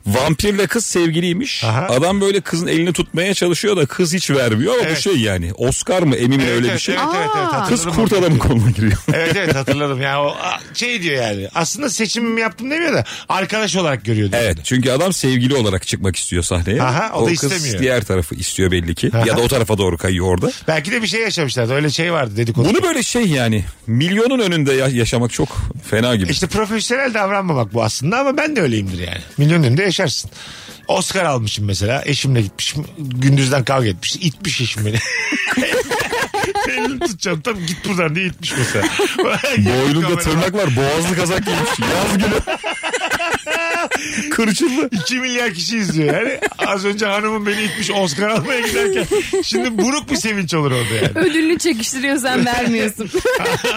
S7: Vampirle kız sevgiliymiş.
S2: Aha.
S7: Adam böyle kızın elini tutmaya çalışıyor da kız hiç vermiyor ama
S2: Evet.
S7: bu şey yani. Oscar mı emin mi
S2: Evet,
S7: öyle
S2: evet,
S7: bir şey.
S2: Evet evet, evet,
S4: Aa.
S7: Kız
S2: hatırladım
S7: kurt
S2: onu.
S7: adamın koluna giriyor.
S2: Evet evet hatırladım. Yani o a, şey diyor yani. Aslında seçimimi yaptım demiyor da arkadaş olarak görüyor diyor.
S7: Evet çünkü adam sevgili olarak çıkmak istiyor sahneye.
S2: Aha, o da
S7: kız
S2: istemiyor.
S7: diğer tarafı istiyor belli ki.
S2: Aha.
S7: Ya da o tarafa doğru kayıyor orada.
S2: Belki de bir şey yaşamışlardı. Öyle şey vardı dedikodu.
S7: Bunu böyle şey yani milyonun önünde ya- yaşamak çok fena gibi.
S2: İşte profesyonel davranmamak bu aslında ama ben de öyleyimdir yani. Milyon önünde yaşarsın. Oscar almışım mesela. Eşimle gitmişim. Gündüzden kavga etmiş. İtmiş eşim beni. <laughs> Elini tutacağım. Tam git buradan diye itmiş mesela. <laughs>
S7: Boynunda tırnak var boğazlı kazak giymiş. Yaz günü.
S2: <laughs>
S7: Kırçıllı.
S2: 2 milyar kişi izliyor yani. Az önce hanımım beni itmiş Oscar almaya giderken. Şimdi buruk bir sevinç olur orada yani.
S4: Ödülünü çekiştiriyor
S2: <laughs>
S4: sen vermiyorsun.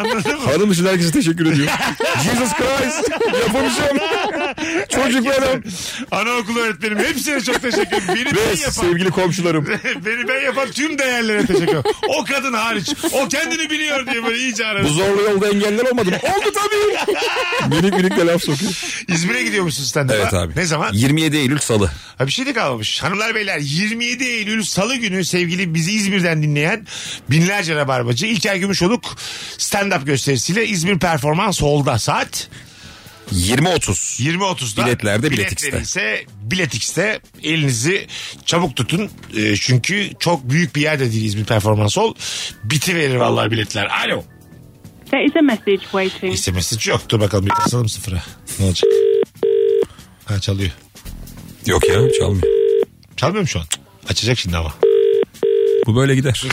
S2: Anladın mı?
S7: Hanım için herkese teşekkür
S2: <laughs>
S7: ediyorum. Jesus Christ. Yapamışım. Çocuklarım.
S2: Anaokulu öğretmenim hepsine çok teşekkür ederim. Beni ben
S7: Ve
S2: yapan,
S7: sevgili komşularım.
S2: <laughs> beni ben yapan tüm değerlere teşekkür ederim. O kadın hariç. O kendini biliyor diye böyle iyice
S7: Bu
S2: aradım.
S7: zorlu yolda engeller olmadı mı? Oldu tabii.
S2: <laughs>
S7: minik minik de laf sokuyor.
S2: İzmir'e gidiyormuşsun sen de.
S7: Evet
S2: Ha?
S7: abi.
S2: Ne zaman?
S7: 27 Eylül Salı.
S2: Ha, bir şey de kalmamış. Hanımlar beyler 27 Eylül Salı günü sevgili bizi İzmir'den dinleyen binlerce rabarbacı İlker Gümüşoluk stand-up gösterisiyle İzmir Performans Hall'da saat
S7: 20.30.
S2: 20.30'da.
S7: Biletlerde Bilet
S2: Biletleri
S7: X'te.
S2: ise Bilet X'te. elinizi çabuk tutun. Ee, çünkü çok büyük bir yerde değil İzmir Performans Hall. Biti verir vallahi biletler. Alo.
S8: There is a message waiting.
S2: İstemesi yok. Dur bakalım bir basalım sıfıra. Ne olacak? Ha çalıyor.
S7: Yok ya çalmıyor.
S2: Çalmıyor mu şu an? Açacak şimdi ama. <laughs>
S7: Bu böyle gider.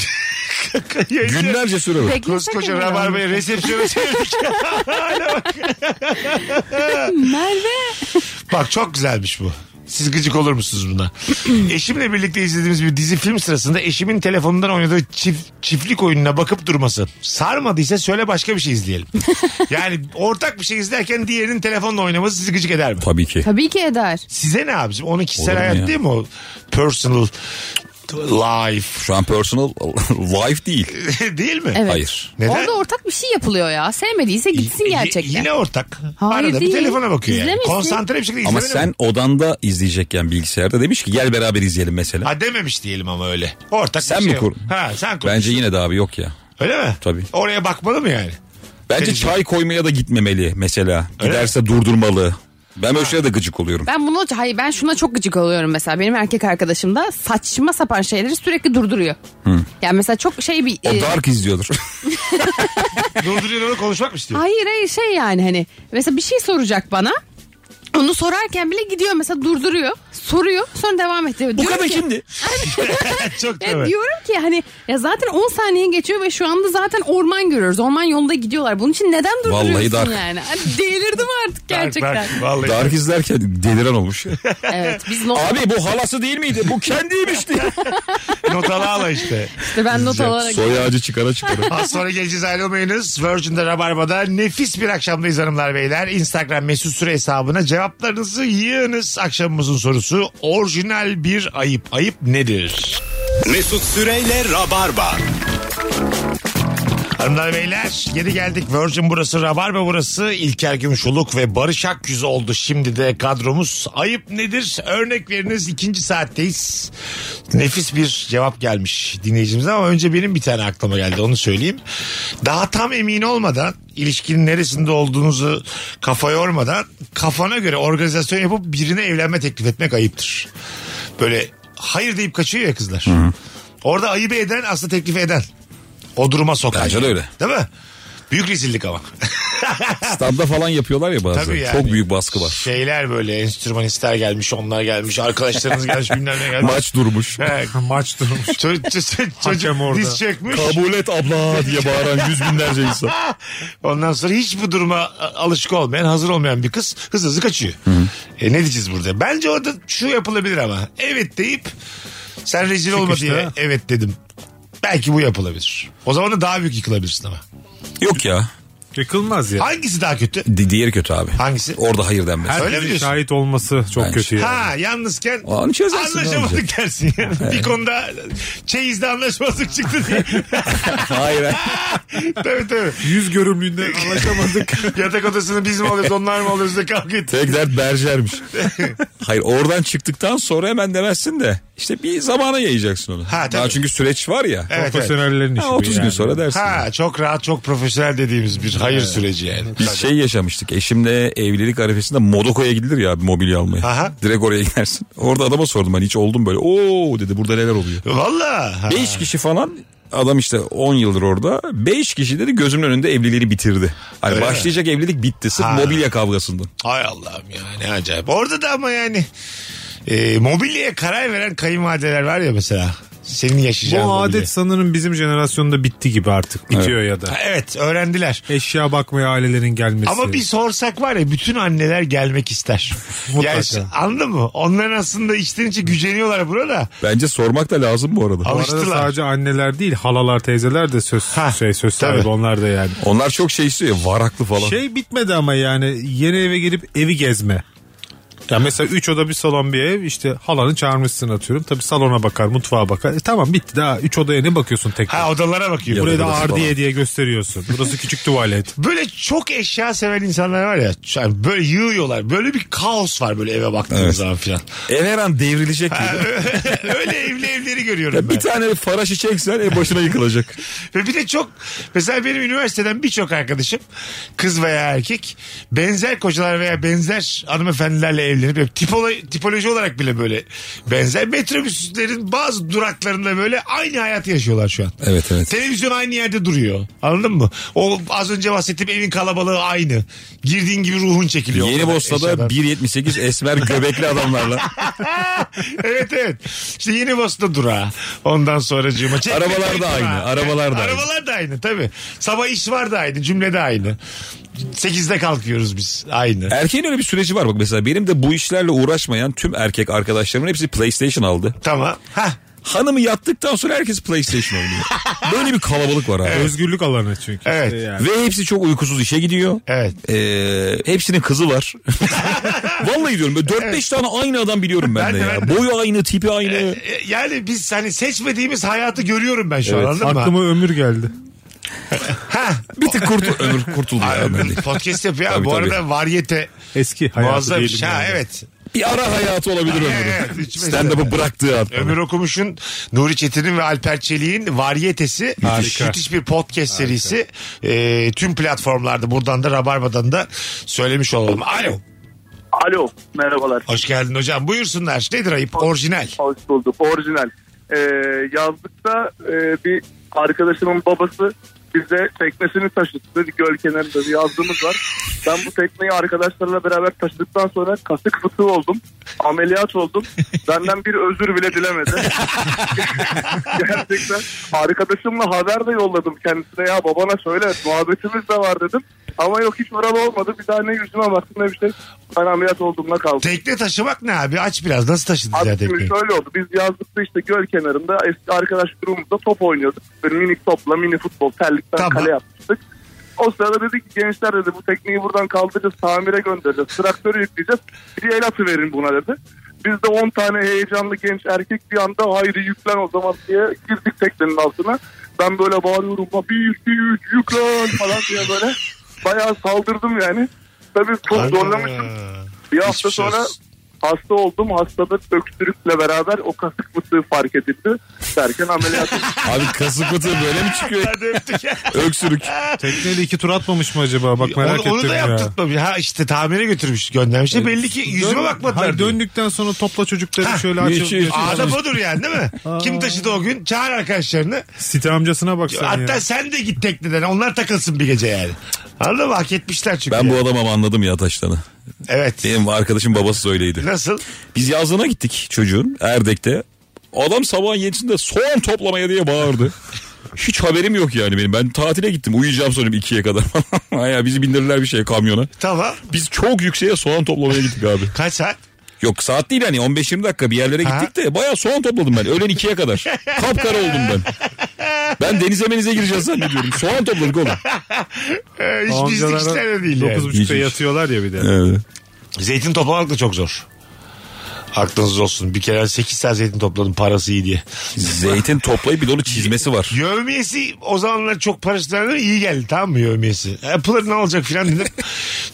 S7: Günlerce sürer. o.
S2: Koskoca rabarbaya resepsiyona
S7: <laughs>
S2: çevirmiş.
S4: Merve.
S2: Bak çok güzelmiş bu. Siz gıcık olur musunuz buna? <clears throat> Eşimle birlikte izlediğimiz bir dizi film sırasında eşimin telefonundan oynadığı çift, çiftlik oyununa bakıp durması. Sarmadıysa söyle başka bir şey
S4: <laughs>
S2: izleyelim. yani ortak bir şey izlerken diğerinin telefonla oynaması sizi gıcık eder mi?
S7: Tabii ki.
S4: Tabii ki eder.
S2: Size ne abicim? Onun kişisel
S7: Olur mu
S2: hayat
S7: ya?
S2: değil mi o? Personal life <laughs>
S7: Şu an personal <laughs> life değil.
S2: değil mi?
S4: Evet.
S7: Hayır.
S2: Neden?
S4: Orada ortak bir şey yapılıyor ya. Sevmediyse gitsin
S2: Y-
S4: gerçekten.
S2: Yine ortak.
S4: Hayır
S2: Arada
S4: değil.
S2: bir telefona bakıyor yani.
S4: İzlemesin.
S2: Konsantre bir şekilde
S7: Ama
S2: izlemeli
S7: sen
S2: mi?
S7: odanda izleyecekken bilgisayarda demiş ki gel beraber izleyelim mesela.
S2: Ha dememiş diyelim ama öyle. Ortak
S7: Sen
S2: bir
S7: mi
S2: şey yok.
S7: kur-
S2: Ha sen kur.
S7: Bence yine de abi yok ya.
S2: Öyle mi?
S7: Tabii.
S2: Oraya bakmalı mı yani?
S7: Bence
S2: Televizyon.
S7: çay koymaya da gitmemeli mesela.
S2: Öyle
S7: Giderse durdurmalı. Ben böyle şeylere de gıcık oluyorum.
S4: Ben bunu hayır ben şuna çok gıcık oluyorum mesela. Benim erkek arkadaşım da saçma sapan şeyleri sürekli durduruyor. Yani mesela çok şey bir
S7: O
S4: e,
S2: <laughs>
S7: dark izliyordur.
S2: Durduruyor onu konuşmak mı istiyor?
S4: Hayır hayır şey yani hani mesela bir şey soracak bana. Onu sorarken bile gidiyor mesela durduruyor. Soruyor sonra devam ediyor. Diyorum ki-
S2: <laughs> Çok
S4: Ya
S2: evet.
S4: diyorum ki hani ya zaten 10 saniye geçiyor ve şu anda zaten orman görüyoruz. Orman yolunda gidiyorlar. Bunun için neden durduruyorsun
S7: Vallahi dark.
S4: yani? Hani delirdim artık gerçekten.
S2: vallahi.
S7: dark izlerken deliren olmuş.
S4: Evet biz not,
S7: abi bu halası değil miydi? Bu kendiymiş diye.
S2: Notalı ala işte.
S4: işte ben not alarak
S7: Soy ağacı
S2: <laughs>
S7: çıkara çıkara.
S2: Az sonra geleceğiz ayrılmayınız. Virgin'de Rabarba'da nefis bir akşamdayız hanımlar beyler. Instagram mesut süre hesabına cevaplarınızı yığınız. Akşamımızın sorusu orijinal bir ayıp. Ayıp nedir?
S1: Mesut Süreyle Rabarba.
S2: Hanımlar beyler geri geldik. Virgin burası, Rabarba burası. İlker Gümüşoluk ve Barış Akyüz oldu şimdi de kadromuz. Ayıp nedir? Örnek veriniz ikinci saatteyiz. Nefis bir cevap gelmiş dinleyicimize ama önce benim bir tane aklıma geldi onu söyleyeyim. Daha tam emin olmadan ilişkinin neresinde olduğunuzu kafa yormadan kafana göre organizasyon yapıp birine evlenme teklif etmek ayıptır. Böyle hayır deyip kaçıyor ya kızlar. Orada ayıp eden aslında teklif eden. O duruma sokan.
S7: Bence de öyle.
S2: Değil mi? Büyük rezillik ama. <laughs>
S7: Standa falan yapıyorlar ya bazen.
S2: Tabii yani.
S7: Çok büyük baskı var.
S2: Şeyler böyle enstrümanistler gelmiş, onlar gelmiş, arkadaşlarınız <laughs> gelmiş, bilmem ne gelmiş.
S7: Maç durmuş.
S2: He, <laughs>
S3: Maç durmuş.
S2: ço- ço- ço-
S3: Hakem
S2: çocuk
S3: orada.
S2: diz çökmüş.
S7: Kabul et abla diye bağıran yüz binlerce insan.
S2: Ondan sonra hiç bu duruma a- alışık olmayan, hazır olmayan bir kız hızlı hızlı kaçıyor. E ne diyeceğiz burada? Bence orada şu yapılabilir ama. Evet deyip sen rezil olma
S3: Çıkışta.
S2: diye evet dedim. Belki bu yapılabilir. O zaman da daha büyük yıkılabilirsin ama.
S7: Yok ya.
S3: Yıkılmaz ya.
S2: Hangisi daha kötü?
S7: Di- diğeri kötü abi.
S2: Hangisi?
S7: Orada hayır denmez.
S2: Öyle mi
S3: Herkesin
S2: diyorsun?
S3: şahit olması çok
S7: Bence.
S3: kötü ya.
S2: Ha yalnızken
S7: O an çözersin, ne
S2: anlaşamadık
S7: olacak?
S2: dersin
S7: <laughs>
S2: yani. bir konuda çeyizde anlaşmazlık çıktı diye.
S7: <laughs>
S2: <laughs>
S7: Hayır.
S2: tabii tabii.
S3: Yüz görümlüğünden
S2: <laughs>
S3: anlaşamadık.
S2: Yatak odasını biz mi alıyoruz onlar mı alıyoruz da kavga ettik.
S7: Tek
S2: <laughs>
S7: dert berjermiş. Hayır oradan çıktıktan sonra hemen demezsin de işte bir zamana yayacaksın onu.
S2: Ha, tabii.
S7: Daha çünkü süreç var ya.
S2: Evet, evet.
S3: Profesyonellerin işi
S7: Ha,
S3: bu
S7: 30 gün
S3: yani.
S7: sonra dersin.
S2: Ha çok rahat çok profesyonel dediğimiz bir hayır süreci yani.
S7: Biz şey yaşamıştık. Eşimle evlilik arifesinde Modoko'ya gidilir ya bir mobilya almaya.
S2: Aha.
S7: Direkt oraya gidersin. Orada adama sordum hani hiç oldum böyle. Oo dedi burada neler oluyor.
S2: Valla. Ha.
S7: 5 kişi falan adam işte 10 yıldır orada. 5 kişi dedi gözümün önünde evliliğini bitirdi. Hani
S2: Öyle mi?
S7: başlayacak evlilik bitti sırf
S2: Ha.
S7: mobilya kavgasından.
S2: Ay Allah'ım ya ne acayip. Orada da ama yani e, mobilyaya karar veren kayınvalideler var ya mesela. Senin yaşayacağın
S3: Bu
S2: mobilya.
S3: adet sanırım bizim jenerasyonda bitti gibi artık. Bitiyor ya
S2: Ha,
S3: da.
S2: Evet öğrendiler.
S3: Eşya bakmaya ailelerin gelmesi.
S2: Ama bir sorsak var ya bütün anneler gelmek
S7: <laughs>
S2: ister.
S3: Mutlaka.
S2: Yani s- anladın mı? Onların aslında içten içe güceniyorlar burada.
S7: Bence sormak da lazım bu arada.
S3: Bu arada
S2: alıştılar.
S3: sadece anneler değil halalar teyzeler de söz
S2: Ha,
S3: şey söz
S2: tabii.
S3: sahibi onlar da yani.
S7: Onlar çok şey istiyor ya varaklı falan.
S3: Şey bitmedi ama yani yeni eve girip evi gezme. Ya mesela 3 oda bir salon bir ev işte halanı çağırmışsın atıyorum. Tabii salona bakar mutfağa bakar. E tamam bitti daha 3 odaya ne bakıyorsun tek
S2: Ha
S3: tek?
S2: odalara bakıyor.
S7: Ya
S2: Buraya
S3: Buraya
S2: da-
S3: da
S7: odası
S3: ardiye
S7: falan.
S3: diye gösteriyorsun. Burası küçük
S2: <laughs>
S3: tuvalet.
S2: Böyle çok eşya seven insanlar var ya. yani böyle yığıyorlar. Böyle bir kaos var böyle eve baktığınız
S7: Evet.
S2: zaman filan. <laughs>
S7: Ev her an devrilecek gibi.
S2: Öyle evli evleri görüyorum
S7: Ya
S2: ben.
S7: bir tane faraşı çeksen ev başına yıkılacak.
S2: Ve bir de çok mesela benim üniversiteden birçok arkadaşım kız veya erkek benzer kocalar veya benzer hanımefendilerle evlenip hep tipolo- tipoloji olarak bile böyle benzer metrobüslerin bazı duraklarında böyle aynı hayatı yaşıyorlar şu an.
S7: Evet, evet.
S2: Televizyon aynı yerde duruyor. Anladın mı? O az önce bahsettiğim evin kalabalığı aynı. Girdiğin gibi ruhun çekiliyor. O
S7: Yeni
S2: kadar
S7: Bosna'da
S2: eşyadan.
S7: 1.78 esmer göbekli adamlarla.
S2: evet evet. İşte yeni Bosna durağı. Ondan sonra cuma.
S7: Arabalar da aynı, arabalar da aynı.
S2: Arabalar da aynı tabii. Sabah iş var da aynı. Cümle de aynı. 8'de kalkıyoruz biz. Aynı.
S7: Erkeğin öyle bir süreci var bak mesela benim de bu işlerle uğraşmayan tüm erkek arkadaşlarımın hepsi PlayStation aldı.
S2: Tamam. Hah.
S7: Hanımı yattıktan sonra herkes PlayStation oynuyor. Böyle bir kalabalık var abi.
S3: Özgürlük alanı çünkü. işte
S2: Evet.
S3: yani.
S7: Ve hepsi çok uykusuz işe gidiyor.
S2: Evet.
S7: Ee, hepsinin kızı var. <laughs> Vallahi diyorum 4-5 tane aynı adam biliyorum ben,
S2: Ben
S7: de,
S2: de,
S7: ya.
S2: ben de.
S7: Boyu aynı, tipi aynı.
S2: E, Yani biz hani seçmediğimiz hayatı görüyorum ben şu an anladın mı?
S3: Aklıma ömür geldi.
S7: bir tık kurt ömür kurtuldu <laughs> ya.
S2: Ay,
S7: ben de.
S2: Podcast yapıyor.
S7: Tabii,
S2: bu
S7: tabii.
S2: arada varyete
S3: Eski hayatı
S2: muazzam bir
S3: diyelim
S2: şey. Ha,
S3: yani.
S2: evet.
S7: Bir ara hayatı olabilir
S2: Evet,
S7: ömrünün.
S2: üç beş
S7: Stand-up'ı bıraktığı at.
S2: Ömür Okumuş'un, Nuri Çetin'in ve Alper Çelik'in Varyetesi. Müthiş.
S3: Harika.
S2: bir podcast serisi. Ee, tüm platformlarda buradan da Rabarba'dan da söylemiş olalım. Alo.
S5: Alo merhabalar.
S2: Hoş geldin hocam. Buyursunlar. Nedir ayıp? Orijinal.
S5: Hoş bulduk. Orijinal. Ee, yazlıkta e, bir arkadaşımın babası bize teknesini taşıttı. Bir göl kenarında bir yazlığımız var. Ben bu tekneyi arkadaşlarla beraber taşıdıktan sonra kasık fıtığı oldum. Ameliyat oldum. Benden bir özür bile dilemedi. <laughs> Gerçekten arkadaşımla haber de yolladım kendisine ya babana söyle muhabbetimiz de var dedim. Ama yok hiç moral olmadı. Bir daha ne yüzüme baktım ne bir şey. Ben ameliyat olduğumda kaldım.
S2: Tekne taşımak ne abi? Aç biraz. Nasıl taşıdınız
S5: Abi şey
S2: ya
S5: şimdi
S2: tekneyi?
S5: şöyle oldu. Biz yazlıkta işte göl kenarında eski arkadaş grubumuzda top oynuyorduk. Böyle minik topla mini futbol terlikten
S2: Tamam.
S5: kale yapmıştık. O sırada dedik ki gençler dedi bu tekneyi buradan kaldıracağız tamire göndereceğiz. Traktörü yükleyeceğiz. Bir el atı verin buna dedi. Biz de 10 tane heyecanlı genç erkek bir anda hayır yüklen o zaman diye girdik teknenin altına. Ben böyle bağırıyorum. Bir, iki, üç yüklen falan diye böyle. Bayağı saldırdım yani. Tabii çok
S2: Ana.
S5: zorlamıştım. Bir hafta
S2: Hiçbir şey
S5: sonra
S2: olsun.
S5: hasta oldum. Hastada öksürükle beraber o kasık fıtığı fark edildi. Derken ameliyat
S7: Abi kasık bıtığı böyle mi çıkıyor?
S2: Hadi öptük.
S7: Öksürük.
S3: Tekneyle iki tur atmamış mı acaba? Bak merak
S2: onu, onu
S3: ettim
S2: da
S3: ya. E,
S2: yaptırtmamış. Ha işte tamire götürmüş göndermişler. Belli ki yüzüme
S3: Dön-
S2: bakmadılar.
S3: Hayır,
S2: diyor.
S3: döndükten sonra topla çocukları şöyle
S7: hiç- hiç-
S3: açıp
S2: Adam odur yani değil mi? Kim taşıdı o gün? Çağır arkadaşlarını.
S3: Site amcasına bak sen
S2: Hatta
S3: ya.
S2: sen de git tekneden. Onlar takılsın bir gece yani. Anladın mı? Hak etmişler çünkü.
S7: Ben bu adamı ama anladım ya taştanı.
S2: Evet.
S7: Benim arkadaşım babası öyleydi.
S2: Nasıl?
S7: Biz yazlığına gittik çocuğun Erdek'te. Adam sabahın yedisinde soğan toplamaya diye bağırdı. Hiç haberim yok yani benim. Ben tatile gittim. Uyuyacağım sonra ikiye kadar. <laughs> Aya bizi bindirirler bir şeye kamyona.
S2: Tamam.
S7: Biz çok yükseğe soğan toplamaya gittik abi.
S2: Kaç saat?
S7: Yok saat değil hani 15-20 dakika bir yerlere
S2: Ha.
S7: gittik de bayağı soğan topladım ben. Öğlen ikiye kadar. Kapkara oldum ben. Ben denize menize gireceğiz zannediyorum. Soğan topladık oğlum.
S2: Ee, hiç bizlik işler de değil yani.
S3: 9.30'da
S7: İlginç.
S3: yatıyorlar ya bir de.
S7: Evet.
S2: Zeytin toplamak da çok zor. Aklınız olsun. Bir kere 8 saat zeytin topladım parası iyi diye.
S7: Zeytin toplayıp bir dolu çizmesi var.
S2: Yövmiyesi o zamanlar çok parası verdim, iyi geldi tamam mı yövmiyesi? Apple'ın ne olacak filan
S7: <laughs>
S2: dedim.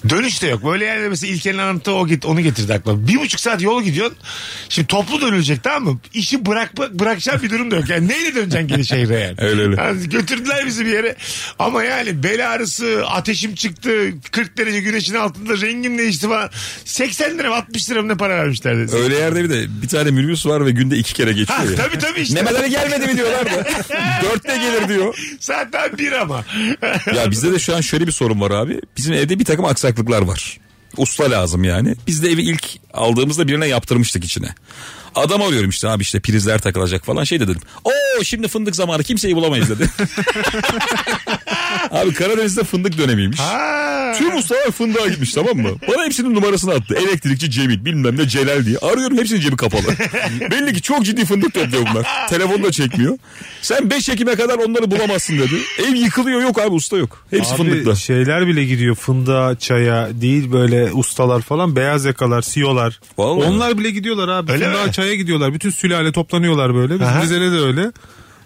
S2: Dönüş de yok. Böyle yani mesela İlker'in anlattı o git, onu getirdi aklıma. Bir buçuk saat yol gidiyorsun. Şimdi toplu dönülecek tamam mı? İşi bırak, bırakacağım bir durum da yok. Yani neyle döneceksin geri şehre yani?
S7: <laughs> Öyle öyle.
S2: Yani götürdüler bizi bir yere. Ama yani bel ağrısı, ateşim çıktı. 40 derece güneşin altında rengim değişti falan. 80 lira mı 60 lira mı ne para vermişlerdi.
S7: Öyle yerde bir de bir tane minibüs var ve günde iki kere geçiyor
S2: Ha,
S7: ya.
S2: tabii tabii işte.
S7: Memelere gelmedi mi
S2: <laughs>
S7: diyorlar da. Dörtte gelir diyor.
S2: Zaten bir ama. <laughs>
S7: Ya bizde de şu an şöyle bir sorun var abi. Bizim evde bir takım aksaklıklar var. Usta lazım yani. Biz de evi ilk aldığımızda birine yaptırmıştık içine. Adam arıyorum işte abi işte prizler takılacak falan şey de dedim. Oo şimdi fındık zamanı kimseyi
S2: <laughs>
S7: bulamayız dedi. abi Karadeniz'de fındık dönemiymiş.
S2: Ha.
S7: Tüm ustalar fındığa gitmiş tamam mı? Bana hepsinin numarasını attı. Elektrikçi Cemil bilmem ne Celal diye. Arıyorum hepsinin cebi
S2: <laughs>
S7: kapalı. Belli ki çok ciddi fındık topluyor bunlar. Telefonu da çekmiyor. Sen 5 Ekim'e kadar onları bulamazsın dedi. Ev yıkılıyor yok abi usta yok. Hepsi
S3: Abi
S7: fındıkta.
S3: şeyler bile gidiyor fındığa, çaya değil böyle ustalar falan beyaz yakalar, siyolar.
S7: Vallahi.
S3: Onlar bile gidiyorlar abi.
S2: Öyle
S3: fındığa,
S2: mi?
S3: çaya gidiyorlar. Bütün sülale toplanıyorlar böyle. Bizim
S2: Aha.
S3: Rize'de de öyle.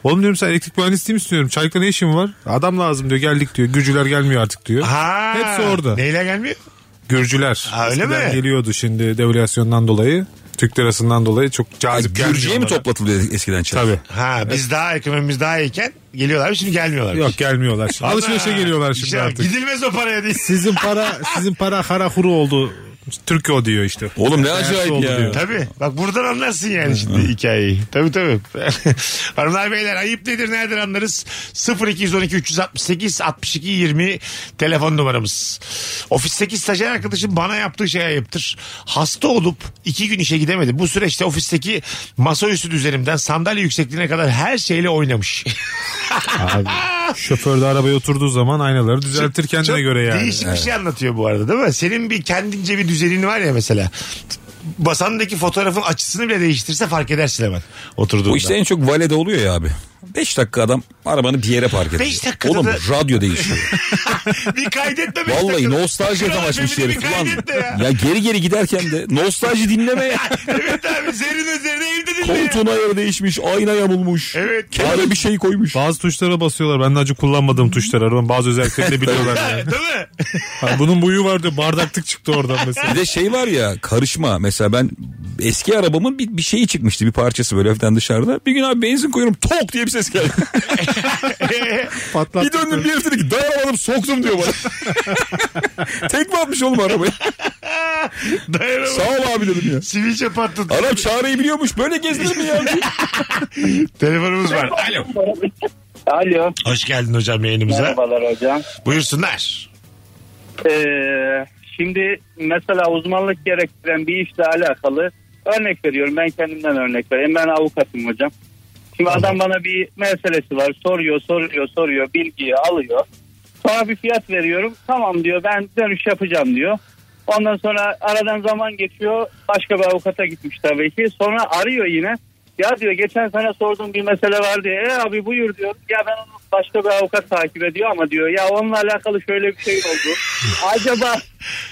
S3: Oğlum diyorum sen elektrik mühendisliği mi istiyorum? Çaylıkta ne işin var? Adam lazım diyor. Geldik diyor. Gürcüler gelmiyor artık diyor.
S2: Ha.
S3: Hepsi orada.
S2: Neyle gelmiyor?
S3: Gürcüler.
S2: Ha, öyle
S3: Eskiden
S2: mi?
S3: Geliyordu şimdi devriyasyondan dolayı. Türk lirasından dolayı çok cazip gelmiyor
S7: Gürcü'ye mi
S3: onlara.
S7: toplatılıyor eskiden çay?
S3: Tabii.
S2: Ha biz daha ekonomimiz daha iyiyken geliyorlar şimdi gelmiyorlar.
S3: Yok gelmiyorlar. Şimdi.
S2: Ana,
S3: Alışverişe geliyorlar şimdi
S2: işte
S3: artık.
S2: Gidilmez o paraya
S3: <laughs>
S2: değil.
S3: Sizin para sizin para kara huru oldu. Türkiye o diyor işte.
S7: Oğlum ne
S3: Tersi
S7: acayip
S3: oldu
S7: ya.
S3: diyor.
S2: Tabii. Bak buradan anlarsın yani şimdi hikayeyi. Tabii tabii. <laughs> Hanımlar beyler ayıp nedir nereden anlarız? 0212 368 62 20 telefon numaramız. Ofisteki stajyer arkadaşım bana yaptığı şey ayıptır. Hasta olup iki gün işe gidemedi. Bu süreçte ofisteki masaüstü düzenimden sandalye yüksekliğine kadar her şeyle oynamış.
S3: Şoför de arabaya oturduğu zaman aynaları düzeltir kendine
S2: Çok
S3: göre yani.
S2: Değişik bir şey anlatıyor bu arada değil mi? Senin bir kendince bir düzenin var ya mesela. Basandaki fotoğrafın açısını bile değiştirse fark edersin hemen oturduğunda.
S7: Bu işte en çok valede oluyor ya abi. 5 dakika adam arabanı bir yere park ediyor.
S2: Beş dakikada
S7: Oğlum
S2: da-
S7: radyo değişiyor.
S2: <laughs> bir kaydetme <laughs> beş
S7: Vallahi
S2: dakika.
S7: nostalji
S2: Şuna
S7: tam açmış
S2: beni
S7: herif.
S2: Bir
S7: Ulan,
S2: kaydetme ya.
S7: ya geri geri giderken de nostalji
S2: <laughs>
S7: dinleme ya.
S2: evet abi zerin üzerine evde dinle. ya.
S7: Koltuğun ayarı değişmiş, ayna yamulmuş.
S2: Evet.
S7: Kenara bir şey koymuş.
S3: Bazı tuşlara basıyorlar. Ben daha önce kullanmadığım tuşlar arabanın bazı özelliklerini biliyorlar
S2: <laughs>
S3: yani.
S2: Değil mi?
S3: Ha, bunun buyu var diyor. Bardaklık çıktı oradan mesela.
S7: Bir de şey var ya karışma mesela ben eski arabamın bir, bir şeyi çıkmıştı bir parçası böyle hafiften dışarıda. Bir gün abi benzin koyuyorum tok diye bir ses geldi. bir döndüm bir herif dedi ki dayanamadım soktum diyor bana. <laughs> Tekme atmış oğlum arabaya.
S2: Dayanamam.
S7: Sağ ol abi dedim ya.
S2: Sivilce patladı.
S7: Adam çareyi biliyormuş böyle gezdirir mi ya?
S2: Telefonumuz var. Alo.
S6: <laughs> Alo.
S2: Hoş geldin hocam yayınımıza.
S6: Merhabalar hocam.
S2: Buyursunlar.
S6: Ee, şimdi mesela uzmanlık gerektiren bir işle alakalı örnek veriyorum. Ben kendimden örnek vereyim. Ben avukatım hocam. Şimdi adam bana bir meselesi var. Soruyor, soruyor, soruyor. Bilgiyi alıyor. Sonra bir fiyat veriyorum. Tamam diyor ben dönüş yapacağım diyor. Ondan sonra aradan zaman geçiyor. Başka bir avukata gitmiş tabii ki. Sonra arıyor yine. Ya diyor geçen sene sorduğum bir mesele vardı. E abi buyur diyor. Ya ben onu başka bir avukat takip ediyor ama diyor. Ya onunla alakalı şöyle bir şey oldu. Acaba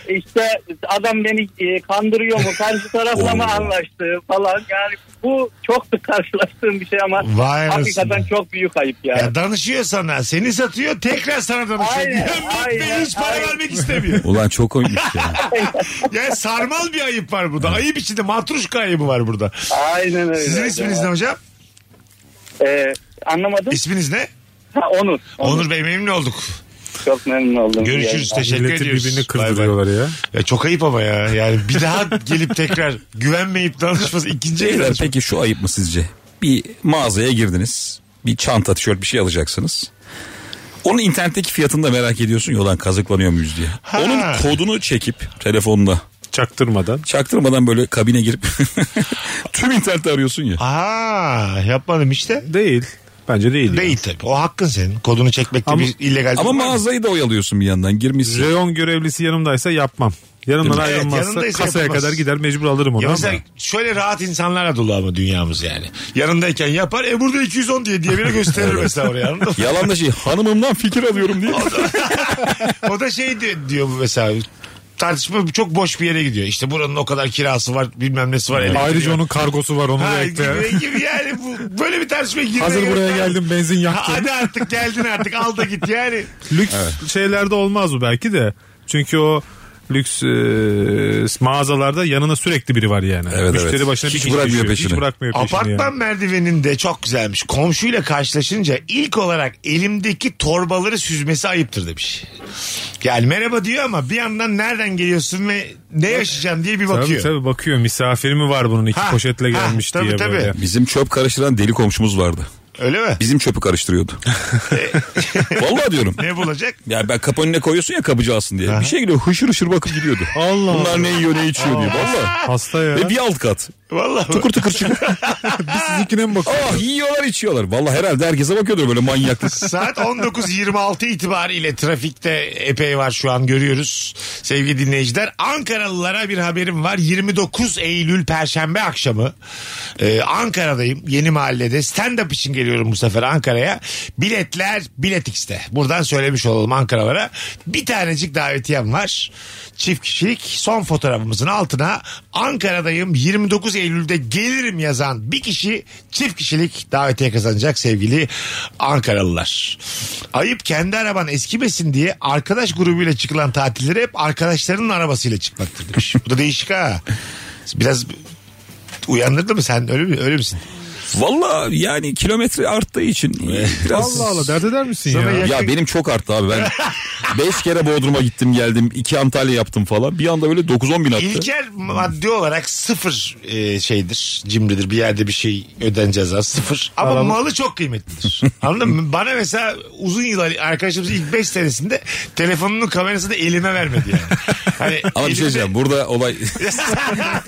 S6: işte adam beni e, kandırıyor mu? Karşı tarafla mı anlaştı falan. Yani bu çok sık karşılaştığım bir şey ama
S2: Vay
S6: hakikaten
S2: anasını.
S6: çok büyük ayıp ya.
S2: Ya danışıyor sana. Seni satıyor. Tekrar sana danışıyor.
S6: Aynen,
S2: Gömmek ve
S6: aynen,
S2: hiç para
S6: aynen.
S2: vermek istemiyor.
S7: Ulan çok komikmiş ya.
S2: Yani sarmal bir ayıp var burada. Ayıp içinde matruşka ayıbı var burada.
S6: Aynen öyle.
S2: Sizin isminiz ne hocam?
S6: Ee, anlamadım.
S2: İsminiz ne?
S6: Ha, Onur.
S2: Onur Bey memnun olduk.
S6: Çok memnun oldum.
S2: Görüşürüz. Teşekkür
S3: Milleti
S2: ediyoruz.
S3: birbirini
S2: Bay bay.
S3: kırdırıyorlar ya.
S2: Ya çok ayıp ama ya. Yani bir daha gelip tekrar güvenmeyip danışması ikinci el
S7: Beyler
S2: danışması.
S7: peki şu ayıp mı sizce? Bir mağazaya girdiniz. Bir çanta, tişört bir şey alacaksınız. Onun internetteki fiyatını da merak ediyorsun ya ulan kazıklanıyor muyuz diye.
S2: Ha.
S7: Onun kodunu çekip telefonla
S3: Çaktırmadan.
S7: çaktırmadan böyle kabine girip <laughs> tüm interneti arıyorsun ya.
S2: Aa yapmadım işte.
S3: Değil. Bence değil. ya.
S2: Değil tabii. O hakkın senin. Kodunu çekmekte
S3: Ama-
S2: bir illegal.
S7: Ama
S2: durum var mı?
S7: mağazayı da oyalıyorsun bir yandan girmişsin.
S3: Reyon görevlisi yanımdaysa yapmam. Yanımdan
S2: Evet,
S3: ayrılmazsa
S2: yanındaysa
S3: kasaya
S2: yapamaz.
S3: kadar gider mecbur alırım onu.
S2: Ya
S3: ama.
S2: mesela şöyle rahat insanlarla dolu ama dünyamız yani. Yanındayken yapar. E burada 210 diye diye biri gösterir mesela oraya. anladın mı?
S7: Yalan da şey hanımımdan fikir
S2: <laughs>
S7: alıyorum diye.
S2: O da şey di- diyor bu mesela. Tartışma çok boş bir yere gidiyor. İşte buranın o kadar kirası var bilmem nesi var. elektriği
S3: Ayrıca
S2: var.
S3: onun kargosu var onu da
S2: Ha,
S3: ekle.
S2: gibi, gibi yani bu, böyle bir tartışmaya girmeye
S3: Hazır
S2: gerek
S3: buraya
S2: var mı?
S3: geldim benzin
S2: Ha,
S3: yaktım.
S2: Hadi artık geldin artık al da git
S3: <laughs>
S2: yani.
S3: lüks şeylerde olmaz bu belki de. Çünkü o lüks e, mağazalarda yanına sürekli biri var yani.
S7: Evet,
S3: Müşteri
S7: evet.
S3: başına
S7: Hiç
S3: bir kişi
S7: bırakmıyor
S3: düşüyor,
S7: peşini.
S3: Hiç bırakmıyor peşini.
S2: Apartman
S3: yani.
S2: merdiveninde çok güzelmiş. Komşuyla karşılaşınca ilk olarak elimdeki torbaları süzmesi ayıptır demiş. Yani merhaba diyor ama bir yandan nereden geliyorsun ve ne yaşayacaksın diye bir bakıyor.
S3: Tabii tabii bakıyor misafir mi var bunun iki
S2: Ha,
S3: poşetle
S2: ha,
S3: gelmiş
S2: tabii,
S3: diye
S2: tabii.
S3: böyle.
S7: Bizim çöp karıştıran deli komşumuz vardı.
S2: Öyle
S3: <laughs>
S2: mi? <laughs>
S7: Bizim çöpü karıştırıyordu. Vallahi diyorum.
S2: Ne bulacak?
S7: Ya ben kapı önüne koyuyorsun ya kapıcı alsın diye. Bir şey gidiyor hışır hışır
S2: <laughs>
S7: bakıp gidiyordu.
S3: Allah
S7: Bunlar ne yiyor ne içiyor diye. Valla.
S3: Hasta ya.
S7: Ve bir alt kat.
S2: Vallahi.
S7: Tıkır tıkır çıkıyor.
S2: <laughs>
S3: Sizinkine mi bakıyor?
S7: Ah yiyorlar içiyorlar. Valla herhalde herkese bakıyordur böyle manyaklık.
S2: Saat 19.26 itibariyle trafikte epey var şu an görüyoruz. Sevgili dinleyiciler Ankaralılara bir haberim var. 29 Eylül Perşembe akşamı e, Ankara'dayım yeni mahallede. Stand-up için geliyorum bu sefer Ankara'ya. Biletler Bilet X'te. Buradan söylemiş olalım Ankaralara. Bir tanecik davetiyem var. Çift kişilik son fotoğrafımızın altına Ankara'dayım 29 Eylül'de gelirim yazan bir kişi çift kişilik davetiye kazanacak sevgili Ankaralılar. Ayıp kendi araban eskimesin diye arkadaş grubuyla çıkılan tatilleri hep arkadaşlarının arabasıyla çıkmaktır demiş. Bu da değişik ha. Biraz uyandırdı mı sen öyle mi öyle misin?
S7: Valla yani kilometre arttığı için biraz...
S3: Allah Allah dert eder misin
S2: Sana
S3: ya?
S2: ya-
S7: Ya benim çok arttı abi ben 5 kere Bodrum'a gittim geldim 2 Antalya yaptım falan bir anda böyle 9-10 bin attı.
S2: İlker maddi olarak sıfır e, şeydir, cimridir. Bir yerde bir şey öden ceza sıfır. Ama malı çok
S7: <laughs>
S2: kıymetlidir. Anladın mı? Bana mesela uzun yıllar arkadaşımız ilk 5 senesinde telefonunun kamerasını elime vermedi yani. Hani
S7: <laughs> Ama bir şey
S2: elimde-
S7: diyeceğim burada olay
S2: <laughs>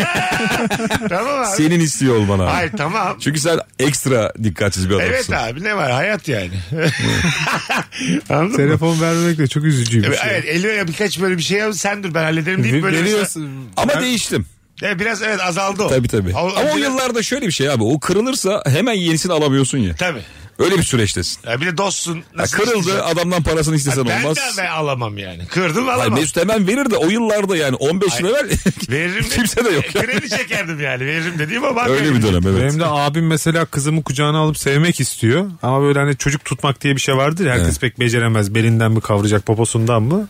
S2: tamam abi.
S7: senin istiyor olman abi.
S2: Hayır tamam.
S7: Çünkü sen ekstra dikkatsiz bir adamsın.
S2: Evet abi ne var hayat yani.
S7: <laughs>
S2: Anladın mı?
S3: Telefon vermek de çok şey. üzücüymüş.
S7: şey.
S3: ya.
S2: Evet elime birkaç böyle bir şey yap sen dur ben hallederim deyip böyle
S3: Veriyorsun.
S7: Ama değiştim.
S2: Mesela- Evet, biraz evet azaldı o.
S7: Tabii tabii.
S2: O-
S7: Ama o yıllarda şöyle bir şey abi. O kırılırsa hemen yenisini alamıyorsun ya.
S2: Tabii.
S7: Öyle bir süreçtesin.
S2: Ya bir de dostsun.
S7: Ya
S2: Nasıl
S7: kırıldı adamdan parasını istesen
S2: ben
S7: olmaz.
S2: de ben alamam yani. Kırdım
S7: Hayır,
S2: alamam.
S7: Mesut hemen verir de o yıllarda yani 15 lira ver.
S2: Veririm de-
S7: Kimse de yok.
S2: <laughs> Kredi çekerdim yani veririm dediğim ama.
S7: <laughs> Öyle bir dönem evet.
S3: Benim de abim mesela kızımı kucağına alıp sevmek istiyor. Ama böyle hani çocuk tutmak diye bir şey vardır. ya, Herkes
S7: Evet.
S3: pek beceremez. Belinden mi kavrayacak poposundan mı?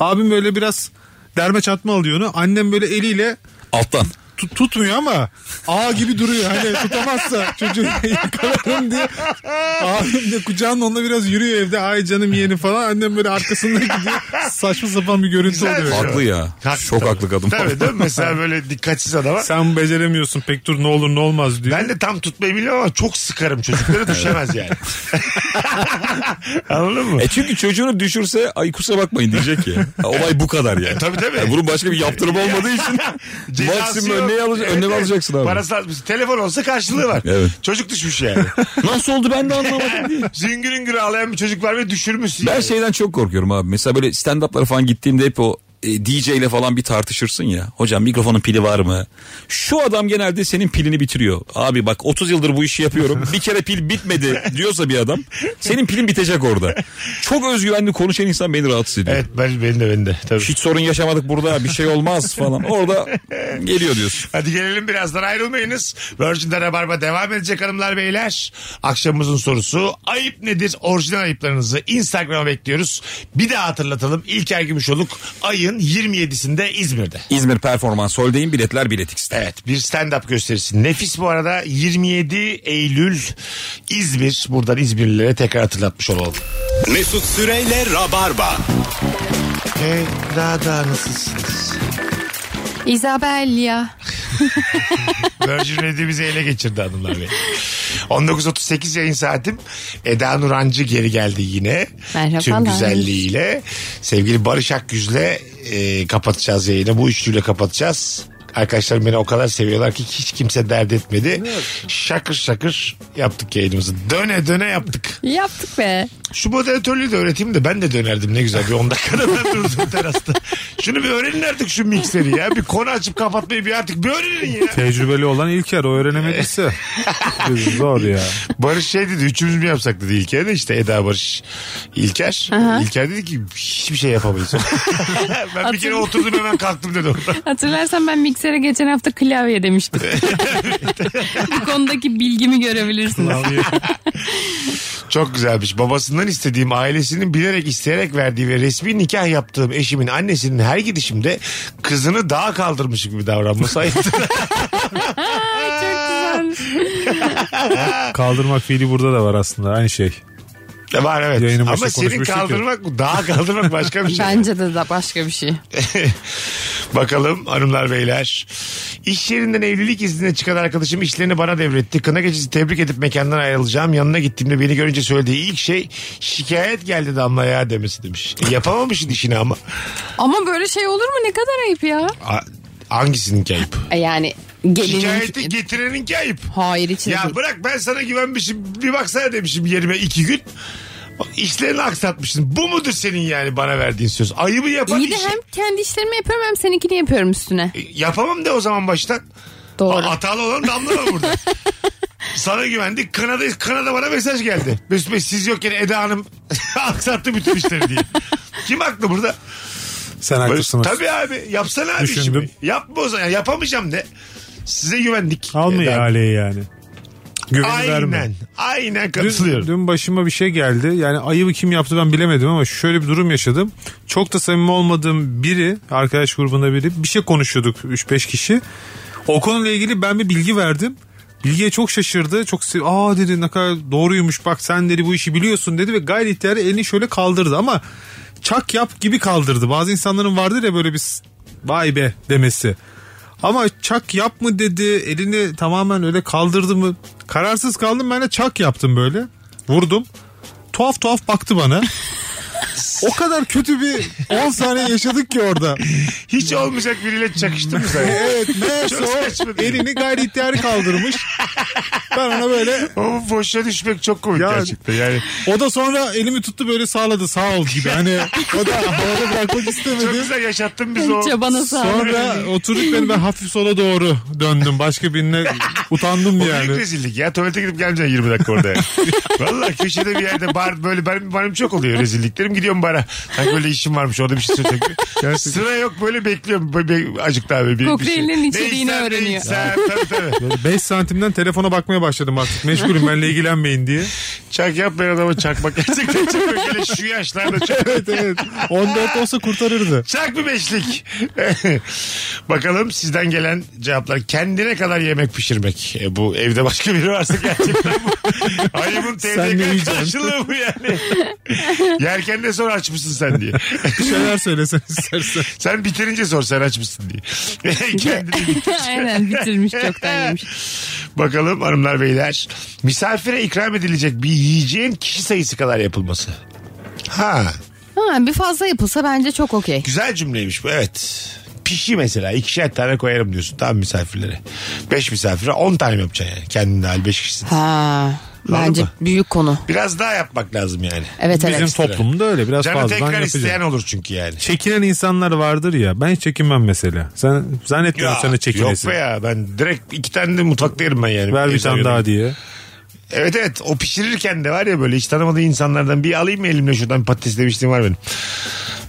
S3: Abim böyle biraz derme çatma alıyor onu. Annem böyle eliyle
S7: Alttan.
S3: tut- tutmuyor ama ağ gibi duruyor. Hani tutamazsa çocuğu <laughs> yakalarım diye. Abim de kucağında onunla biraz yürüyor evde. Ay canım yeğenim falan. Annem böyle arkasında gidiyor. Saçma sapan bir görüntü
S2: Güzel.
S3: oluyor.
S7: Haklı ya. Çok
S2: tabii.
S7: haklı kadın. <laughs>
S2: Tabii değil mi? Mesela böyle dikkatsiz adama.
S3: Sen beceremiyorsun pek dur ne olur ne olmaz diyor.
S2: Ben de tam tutmayı biliyorum ama çok sıkarım
S7: <laughs>
S2: çocukları düşemez yani. <laughs> Anladın mı?
S7: E çünkü çocuğunu düşürse ay kusura bakmayın diyecek ya. Ha, Olay bu kadar yani.
S2: E, tabii, tabii.
S7: Yani bunun başka bir yaptırım olmadığı için
S2: <laughs> Cezası
S7: maksimum
S2: yok.
S7: önlemi, alaca-
S2: Evet,
S7: önlemi
S2: evet.
S7: alacaksın abi.
S2: Parası lazım. Telefon olsa karşılığı var.
S7: Evet.
S2: Çocuk düşmüş
S7: <laughs>
S2: yani.
S7: Nasıl oldu ben de anlamadım diye.
S2: Züngür üngür ağlayan bir çocuk var ve düşürmüşsün.
S7: Ben
S2: yani.
S7: şeyden çok korkuyorum abi. Mesela böyle stand-up'lara falan gittiğimde hep o e, DJ ile falan bir tartışırsın ya. Hocam mikrofonun pili var mı? Şu adam genelde senin pilini bitiriyor. Abi bak 30 yıldır bu işi yapıyorum. bir kere pil bitmedi diyorsa bir adam. Senin pilin bitecek orada. Çok özgüvenli konuşan insan beni rahatsız ediyor.
S2: Evet ben, benim de benim de. Tabii.
S7: Hiç sorun yaşamadık burada bir şey olmaz falan. Orada geliyor diyorsun.
S2: Hadi gelelim birazdan ayrılmayınız. Virgin'de Rabarba devam edecek hanımlar beyler. Akşamımızın sorusu ayıp nedir? Orijinal ayıplarınızı Instagram'a bekliyoruz. Bir daha hatırlatalım. İlker Gümüşoluk ayın 27'sinde İzmir'de.
S7: İzmir Performans Hol'deyim biletler Bilet X'te.
S2: Evet bir stand-up gösterisi. Nefis bu arada 27 Eylül İzmir. Buradan İzmirlilere tekrar hatırlatmış olalım.
S1: Mesut Süreyle Rabarba.
S2: Hey, daha daha nasılsınız?
S4: Isabella.
S2: Virgin Radio bizi ele geçirdi hanımlar beyler. 19.38 yayın saatim. Eda Nurancı geri geldi yine.
S4: Merhabalar.
S2: Tüm güzelliğiyle. Sevgili Barış Akgüz'le e, kapatacağız yayını. Bu üçlüyle kapatacağız. Arkadaşlarım beni o kadar seviyorlar ki hiç kimse dert etmedi. Şakır şakır yaptık yayınımızı. Döne döne yaptık.
S4: Yaptık be.
S2: Şu moderatörlüğü de öğreteyim de ben de dönerdim ne güzel bir 10 dakikada ben durdum terasta. Şunu bir öğrenin artık şu mikseri ya. Bir konu açıp kapatmayı bir artık bir öğrenin ya.
S3: Tecrübeli olan İlker o
S2: <laughs>
S3: öğrenemediyse. Zor ya.
S2: Barış şey dedi üçümüz mü yapsak dedi İlker de işte Eda Barış İlker. İlker dedi ki hiçbir şey
S3: <laughs>
S2: yapamayız. ben bir kere
S4: Atın-
S2: oturdum hemen kalktım dedi orada.
S4: Hatırlarsan ben miksere geçen hafta klavye
S7: <laughs>
S4: demiştim. Bu konudaki bilgimi görebilirsiniz.
S2: Çok güzelmiş. Babasından istediğim ailesinin bilerek isteyerek verdiği ve resmi nikah yaptığım eşimin annesinin her gidişimde kızını dağa kaldırmış gibi davranması
S3: <laughs>
S2: ayıptır.
S3: Kaldırmak fiili burada da var aslında aynı şey.
S2: Var evet.
S3: Yayının başında
S2: Ama senin
S3: konuşmuştuk ya.
S2: kaldırmak bu dağa kaldırmak başka bir şey.
S4: Bence de da başka bir şey.
S2: <laughs> Bakalım hanımlar beyler. İş yerinden evlilik iznine çıkan arkadaşım işlerini bana devretti. Kına gecesi tebrik edip mekandan ayrılacağım. Yanına gittiğimde beni görünce söylediği ilk şey şikayet geldi Damla ya demesi demiş. E, Yapamamışsın işini ama.
S4: Ama böyle şey olur mu? Ne kadar ayıp ya.
S2: A- hangisinin
S4: <laughs>
S2: ayıp?
S4: E Yani gelinin...
S2: Şikayeti getirenin ayıp.
S4: Hayır hiç
S2: Ya
S4: değil.
S2: bırak ben sana güvenmişim bir baksana demişim yerime iki gün. İşlerini aksatmışsın. Bu mudur senin yani bana verdiğin söz? Ayıbı yapan
S4: İyi de
S2: iş-
S4: hem kendi işlerimi yapıyorum hem seninkini yapıyorum üstüne.
S2: Yapamam de o zaman baştan.
S4: Doğru.
S2: A- Hatalı olan damla var burada. Sana güvendik. Kanada, Kanada bana mesaj geldi. Mesut Bey siz yokken Eda Hanım <laughs> aksattı bütün işleri diye. Kim haklı burada?
S3: Sen
S2: Böyle-
S3: haklısın.
S2: Tabii abi yapsana abi
S3: Düşündüm.
S2: işimi. Yapma o zaman. Yani Yapamayacağım de. Size güvendik.
S3: Alma
S2: Eda Hanım.
S3: ihaleyi yani. Güveni verme.
S2: Aynen. Aynen
S3: Dün,
S2: katılıyorum.
S3: dün başıma bir şey geldi. Yani ayıbı kim yaptı ben bilemedim ama şöyle bir durum yaşadım. Çok da samimi olmadığım biri, arkadaş grubunda biri bir şey konuşuyorduk 3-5 kişi. O konuyla ilgili ben bir bilgi verdim. Bilgiye çok şaşırdı. Çok se- aa dedi ne kadar doğruymuş bak sen dedi bu işi biliyorsun dedi ve gayri ihtiyarı elini şöyle kaldırdı ama çak yap gibi kaldırdı. Bazı insanların vardır ya böyle bir s- vay be demesi. Ama çak yap mı dedi elini tamamen öyle kaldırdı mı kararsız kaldım ben de çak yaptım böyle vurdum tuhaf tuhaf baktı bana. o kadar kötü bir 10 saniye yaşadık ki orada.
S2: Hiç olmayacak biriyle çakıştın mı sen?
S3: <laughs> Evet meğerse
S2: Çok saçma
S3: o
S2: değil mi?
S3: elini gayri ihtiyari kaldırmış. Ben ona böyle
S2: Ama boşa düşmek çok komik
S3: Ya-
S2: gerçekten. Yani
S3: o da sonra elimi tuttu böyle sağladı sağ ol gibi. Hani o da havada bırakmak
S2: çok
S3: istemedi.
S2: güzel yaşattın bizi o.
S4: <laughs> Çabana sağlık.
S3: Sonra oturup beni ben hafif sola doğru döndüm. Başka birine utandım
S2: O büyük
S3: yani.
S2: rezillik ya. Tuvalete gidip gelmeyeceksin 20 dakika orada. Yani. Valla köşede bir yerde bar böyle benim, benim çok oluyor rezilliklerim. Gidiyorum bara. Sanki böyle işim varmış orada bir şey söyleyecek. Sıra yok böyle bekliyorum. Böyle, be- acık daha böyle bir, bir şey.
S4: Kokteylin içeriğini
S2: Neyse,
S4: öğreniyor.
S2: neyse, tabii tabii.
S3: 5 santimden telefona bakmaya başladım artık. Meşgulüm benle ilgilenmeyin diye.
S2: Çak yapmayan adama çakmak gerçekten çok yok. Hele şu yaşlarda çok.
S3: Evet evet. 14 olsa kurtarırdı.
S2: Çak bir beşlik. <laughs> Bakalım sizden gelen cevaplar. Kendine kadar yemek pişirmek. E, bu evde başka biri varsa gerçekten bu. Ayıbın
S3: ne
S2: TDK
S3: yiyeceksin?
S2: karşılığı bu yani. <laughs> Yerken de sor aç mısın sen diye. <laughs>
S3: Bir şeyler söylesen istersen.
S2: Sen bitirince sor sen aç mısın diye. <laughs> Kendini bitir.
S4: <laughs> Aynen bitirmiş
S2: <laughs>
S4: çoktan yemiş.
S2: Bakalım hanımlar beyler. Misafire ikram edilecek bir yiyeceğin kişi sayısı kadar yapılması. Ha
S4: Ha, bir fazla yapılsa bence çok okey.
S2: Güzel cümleymiş bu evet. Pişi mesela ikişer tane koyarım diyorsun tamam misafirlere. Beş misafire on tane mi yapacaksın yani kendine hal beş kişisin.
S4: Ha, bence
S2: mı?
S4: büyük konu.
S2: Biraz daha yapmak lazım yani.
S4: Evet evet.
S3: Bizim toplumda öyle biraz
S2: Canı
S3: fazladan
S2: tekrar
S3: yapacağım.
S2: isteyen olur çünkü yani.
S3: Çekinen insanlar vardır ya. Ben hiç çekinmem mesela. Sen zannetmiyorum sana
S2: yok
S3: çekinesin.
S2: be ya ben direkt iki tane de mutfakta yerim ben yani.
S3: Ver bir
S2: Evden
S3: tane
S2: yerim.
S3: daha diye.
S2: Evet evet o pişirirken de var ya böyle hiç tanımadığı insanlardan bir alayım mı elimle şuradan patates demiştim var benim.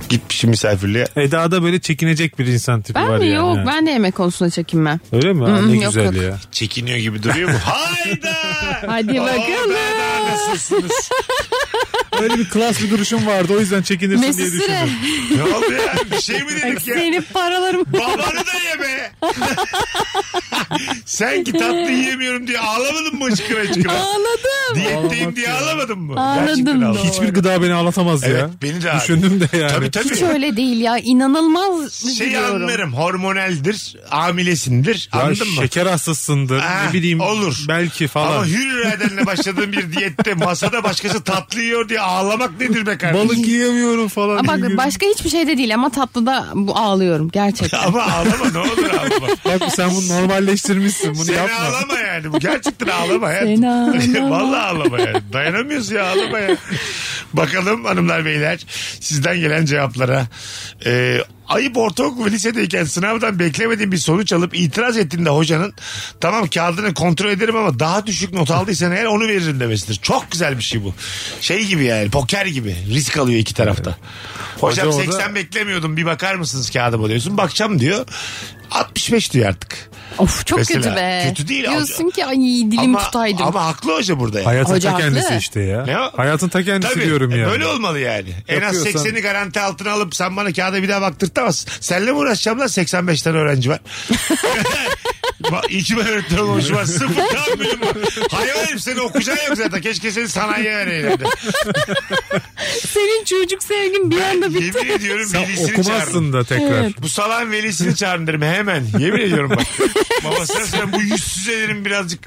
S2: Gitmişim misafirliğe.
S3: Eda'da böyle çekinecek bir insan tipi
S4: Ben
S3: var
S4: mi?
S3: yani.
S4: Yok
S3: Ha.
S4: ben de yemek konusunda çekinmem.
S3: Öyle mi? Ha,
S4: Mm,
S3: ne
S4: yok,
S3: güzel
S4: yok.
S3: ya.
S2: Çekiniyor gibi duruyor mu? <laughs> Hayda!
S4: Hadi bakalım.
S2: Orada da nasılsınız?
S3: Öyle bir klas bir duruşum vardı o yüzden çekinirsin
S4: Mesut
S3: diye
S4: Süre.
S3: düşündüm.
S2: ne oldu ya? Bir şey mi dedik ya?
S4: Senin <laughs> paralarım.
S2: Babanı da ye be. <laughs> Sen ki tatlı yiyemiyorum diye ağlamadın mı hıçkıra hıçkıra?
S4: Ağladım.
S2: Diyetteyim diye ağlamadın mı?
S4: Ağladım
S2: Gerçekten ağladım.
S4: doğru.
S3: Hiçbir gıda beni ağlatamaz
S2: Evet
S3: ya.
S2: beni de abi.
S3: Düşündüm de yani.
S2: Tabii tabii.
S4: Hiç öyle değil ya. İnanılmaz
S2: Şeyi
S4: üzülüyorum.
S2: anlarım hormoneldir, hamilesindir.
S3: Ya
S2: anladın mı?
S3: şeker hastasındır
S2: Ah,
S3: ne bileyim
S2: olur.
S3: belki falan.
S2: Ama hür iradenle başladığın bir diyette masada başkası tatlı yiyor diye ağlamak nedir be kardeşim?
S3: Balık yiyemiyorum falan.
S4: Aa,
S3: diye
S4: bak
S3: gülüyor.
S4: başka hiçbir şey de değil ama tatlıda bu ağlıyorum
S2: <laughs>
S4: gerçekten.
S2: Ama ağlama ne olur ağlama.
S3: Bak sen bunu normalleştirmişsin. Bunu
S2: Sen
S3: yapma.
S2: ağlama yani. Bu gerçekten ağlama ya. <laughs>
S4: Sen ağlama.
S2: Vallahi ağlama yani. Dayanamıyorsun ya ağlama ya. Bakalım hanımlar beyler sizden gelen cevaplara. Ee, ayıp ortaokul ve lisedeyken sınavdan beklemediğim bir sonuç alıp itiraz ettiğinde hocanın tamam kağıdını kontrol ederim ama daha düşük not aldıysan eğer onu veririm demesidir. Çok güzel bir şey bu. Şey gibi yani poker gibi risk alıyor iki tarafta. Hocam
S3: Hoca orada-
S2: 80 beklemiyordum bir bakar mısınız kağıdıma diyorsun bakacağım diyor. 65 diyor artık.
S4: of çok
S2: Mesela,
S4: kötü be.
S2: kötü değil ama-
S4: Diyorsun ki ay dilim
S2: ama,
S4: tutaydım.
S2: ama haklı hoca burada. Yani.
S3: Hayatın
S4: Hoca
S3: ta
S4: haklı.
S3: kendisi işte ya.
S2: Ne o?
S3: Hayatın ta kendisi
S2: Tabii.
S3: diyorum
S2: e,
S3: ya.
S2: Böyle olmalı yani. En az
S3: Yapıyorsan-
S2: 80'i garanti altına alıp sen bana kağıda bir daha baktırtamazsın. Seninle mi uğraşacağım lan 85 tane öğrenci
S3: <laughs>
S2: var. Ba- İyi ki ben öğretmen olmuşum. var. Sıfır tahammülüm var. Hayvanım seni okuyacağın yok zaten. Keşke seni sanayiye vereylerdi.
S4: Senin çocuk sevgin bir anda bitti.
S2: Yemin ediyorum
S3: Sen
S2: birisini çağırdım.
S3: okumazsın da tekrar.
S4: Evet.
S2: Bu salağın velisini çağırın derim hemen. Yemin ediyorum bak. Babasına söylüyorum bu yüzsüz ederim birazcık.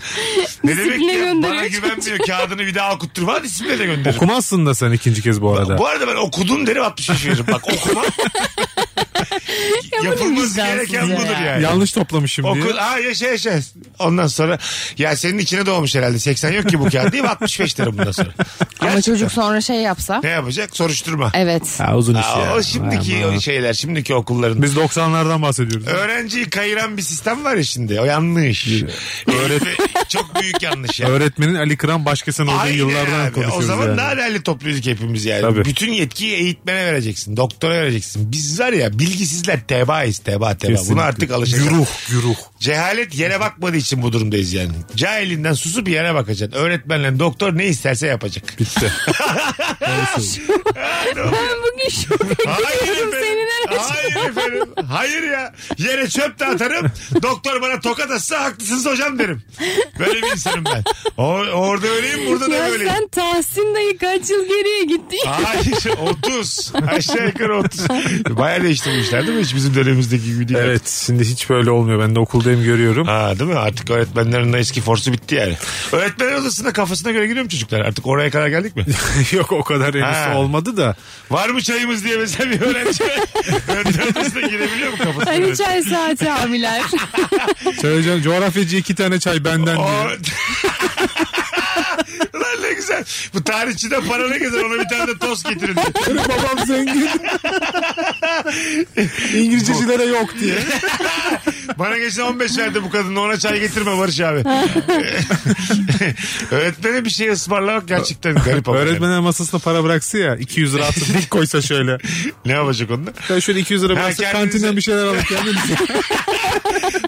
S2: Ne demek
S4: Disipline
S2: ya? Bana
S4: gönderiyor
S2: güvenmiyor kağıdını bir daha okuttur. Var disipline de gönderirim.
S3: Okumazsın da sen ikinci kez bu arada.
S2: Bu arada ben okudum derim 65 veririm. Bak
S4: <laughs>
S2: okuma. Yapılması
S4: vicdansızca
S2: gereken
S4: ya.
S2: budur yani.
S3: Yanlış toplamışım diye.
S2: Okul, ha yaşa yaşa. Ondan sonra ya senin içine doğmuş herhalde. 80 yok ki bu kağıt değil mi? 65 lira bundan sonra.
S4: Ama
S2: Gerçekten.
S4: çocuk sonra şey yapsa.
S2: Ne yapacak? Soruşturma.
S4: Evet.
S3: Ha, uzun iş
S2: Aa,
S3: ya.
S2: o şimdiki
S3: Aman.
S2: şeyler, şimdiki okulların.
S3: Biz 90'lardan bahsediyoruz.
S2: Öğrenciyi kayıran bir sistem var ya şimdi. O yanlış. Öğretmen <laughs> çok büyük yanlış ya.
S3: Öğretmenin Ali Kıran başkasının olduğu
S2: Aynen
S3: yıllardan
S2: abi.
S3: konuşuyoruz
S2: O zaman
S3: yani.
S2: daha değerli topluyorduk hepimiz yani.
S3: Tabii.
S2: Bütün yetkiyi eğitmene vereceksin. Doktora vereceksin. Biz var ya bilgisizler tebaayız teba teba.
S3: Kesinlikle.
S2: Buna artık alışacağız.
S3: Yuruh yuruh.
S2: Cehalet yere bakmadığı için bu durumdayız yani. Cahilinden susup yere bakacaksın. Öğretmenle doktor ne isterse yapacak.
S3: Bitti.
S4: Ben bugün şok
S2: Hayır efendim.
S4: senin
S2: Hayır efendim. Hayır ya. Yere çöp de atarım. Doktor bana tokat atsa haklısınız hocam derim. Böyle bir insanım ben. O- orada öyleyim burada da
S4: Ya
S2: öyleyim.
S4: sen Tahsin dayı kaç yıl geriye gitti.
S2: Hayır 30. Aşağı yukarı 30. Baya değiştirmişler değil mi? Hiç bizim dönemimizdeki gibi değil.
S3: evet şimdi hiç böyle olmuyor. Ben de
S2: <laughs>
S3: okuldayım görüyorum.
S2: Ha değil mi? Artık öğretmenlerin de eski forsu bitti yani. Öğretmenler odasında kafasına göre giriyor mu çocuklar? Artık oraya kadar geldik mi?
S3: Yok o kadar
S2: Ha.
S3: henüz olmadı da.
S2: Var mı çayımız diye mesela bir öğrenci öğretmen odasına girebiliyor mu kafasına?
S4: Hani
S2: göre?
S4: çay saati <laughs> abiler.
S3: Söyleyeceğim Ee, coğrafyacı iki tane çay benden
S2: O... <laughs>
S3: diye.
S2: Lan ne güzel. Bu tarihçiden para ne güzel. Ona bir tane de tost getirin.
S3: Benim babam zengin. İngilizcecilere yok diye.
S2: Bana geçen 15 verdi bu kadın. Ona çay getirme Barış abi. <laughs> Öğretmene bir şey ısmarlamak gerçekten garip ama. yani.
S3: Öğretmenler masasına para bıraksa ya 200 lira atıp dik koysa <laughs> şöyle.
S2: Ne yapacak onda?
S3: Ya şöyle 200 lira
S2: Ha,
S3: bıraksa
S2: kendinize-
S3: kantinden bir şeyler alıp kendinize.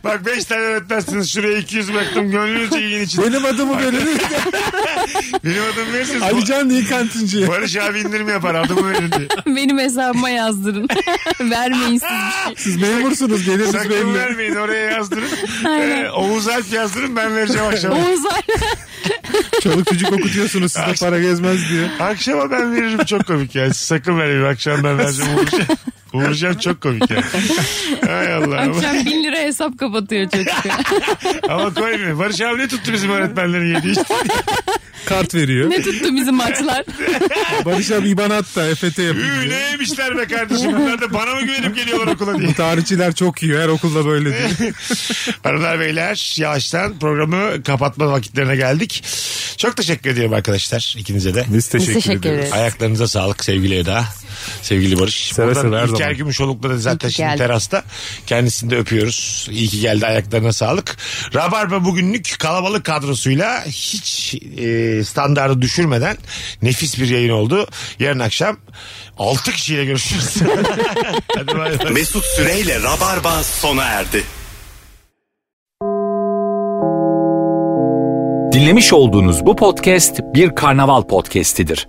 S2: Bak 5 tane öğretmensiniz. Şuraya 200 bıraktım. Gönlünüzce yiyin için.
S3: <laughs> Benim adımı verin.
S2: Benim adım verirsiniz.
S3: <laughs> Ali Can diye kantinciye.
S2: Barış abi indirim yapar. Adımı verin diye.
S4: Benim hesabıma <laughs> yazdırın. Vermeyin siz bir şey.
S3: Siz memursunuz geliriz
S2: Sakın
S3: belli.
S2: vermeyin oraya yazdırın. Ee, Oğuz Alp yazdırın ben vereceğim akşama.
S4: Oğuz
S3: Çoluk çocuk okutuyorsunuz size para gezmez diye.
S2: Akşama ben veririm çok komik yani. Sakın vermeyin akşam ben vereceğim uğuracağım. Uğuracağım çok komik yani. Hay Allah. Ama,
S4: akşam bin lira hesap kapatıyor çocuk.
S2: ama koymayın. Barış abi ne tuttu bizim öğretmenlerin yedi işte.
S3: Kart veriyor.
S4: ne tuttu bizim maçlar?
S3: Barış abi İban hatta
S2: <laughs>
S3: EFT yapıyor.
S2: Üü, ne yemişler be kardeşim. Bunlar da bana mı güvenip geliyorlar okula <laughs> diye.
S3: Bu tarihçiler çok iyi her okulda böyle diyor.
S2: Hanımlar beyler yavaştan programı kapatma vakitlerine geldik. Çok teşekkür ediyorum arkadaşlar ikinize de.
S3: Biz
S4: teşekkür teşekkür ediyoruz. ederiz.
S2: Ayaklarınıza sağlık sevgili Eda. Sevgili Barış.
S3: Seve
S2: Buradan
S3: seve her
S2: İlker
S3: zaman.
S2: Gümüşoluk'la da zaten
S4: İyi ki
S2: şimdi
S4: geldi.
S2: terasta. Kendisini de öpüyoruz. İyi ki geldi ayaklarına sağlık. Rabarba bugünlük kalabalık kadrosuyla hiç e, standartı düşürmeden nefis bir yayın oldu. Yarın akşam 6 kişiyle görüşürüz. <laughs> Hadi bay bay.
S1: Mesut Süreyle Rabarba sona erdi.
S9: Dinlemiş olduğunuz bu podcast bir karnaval podcastidir.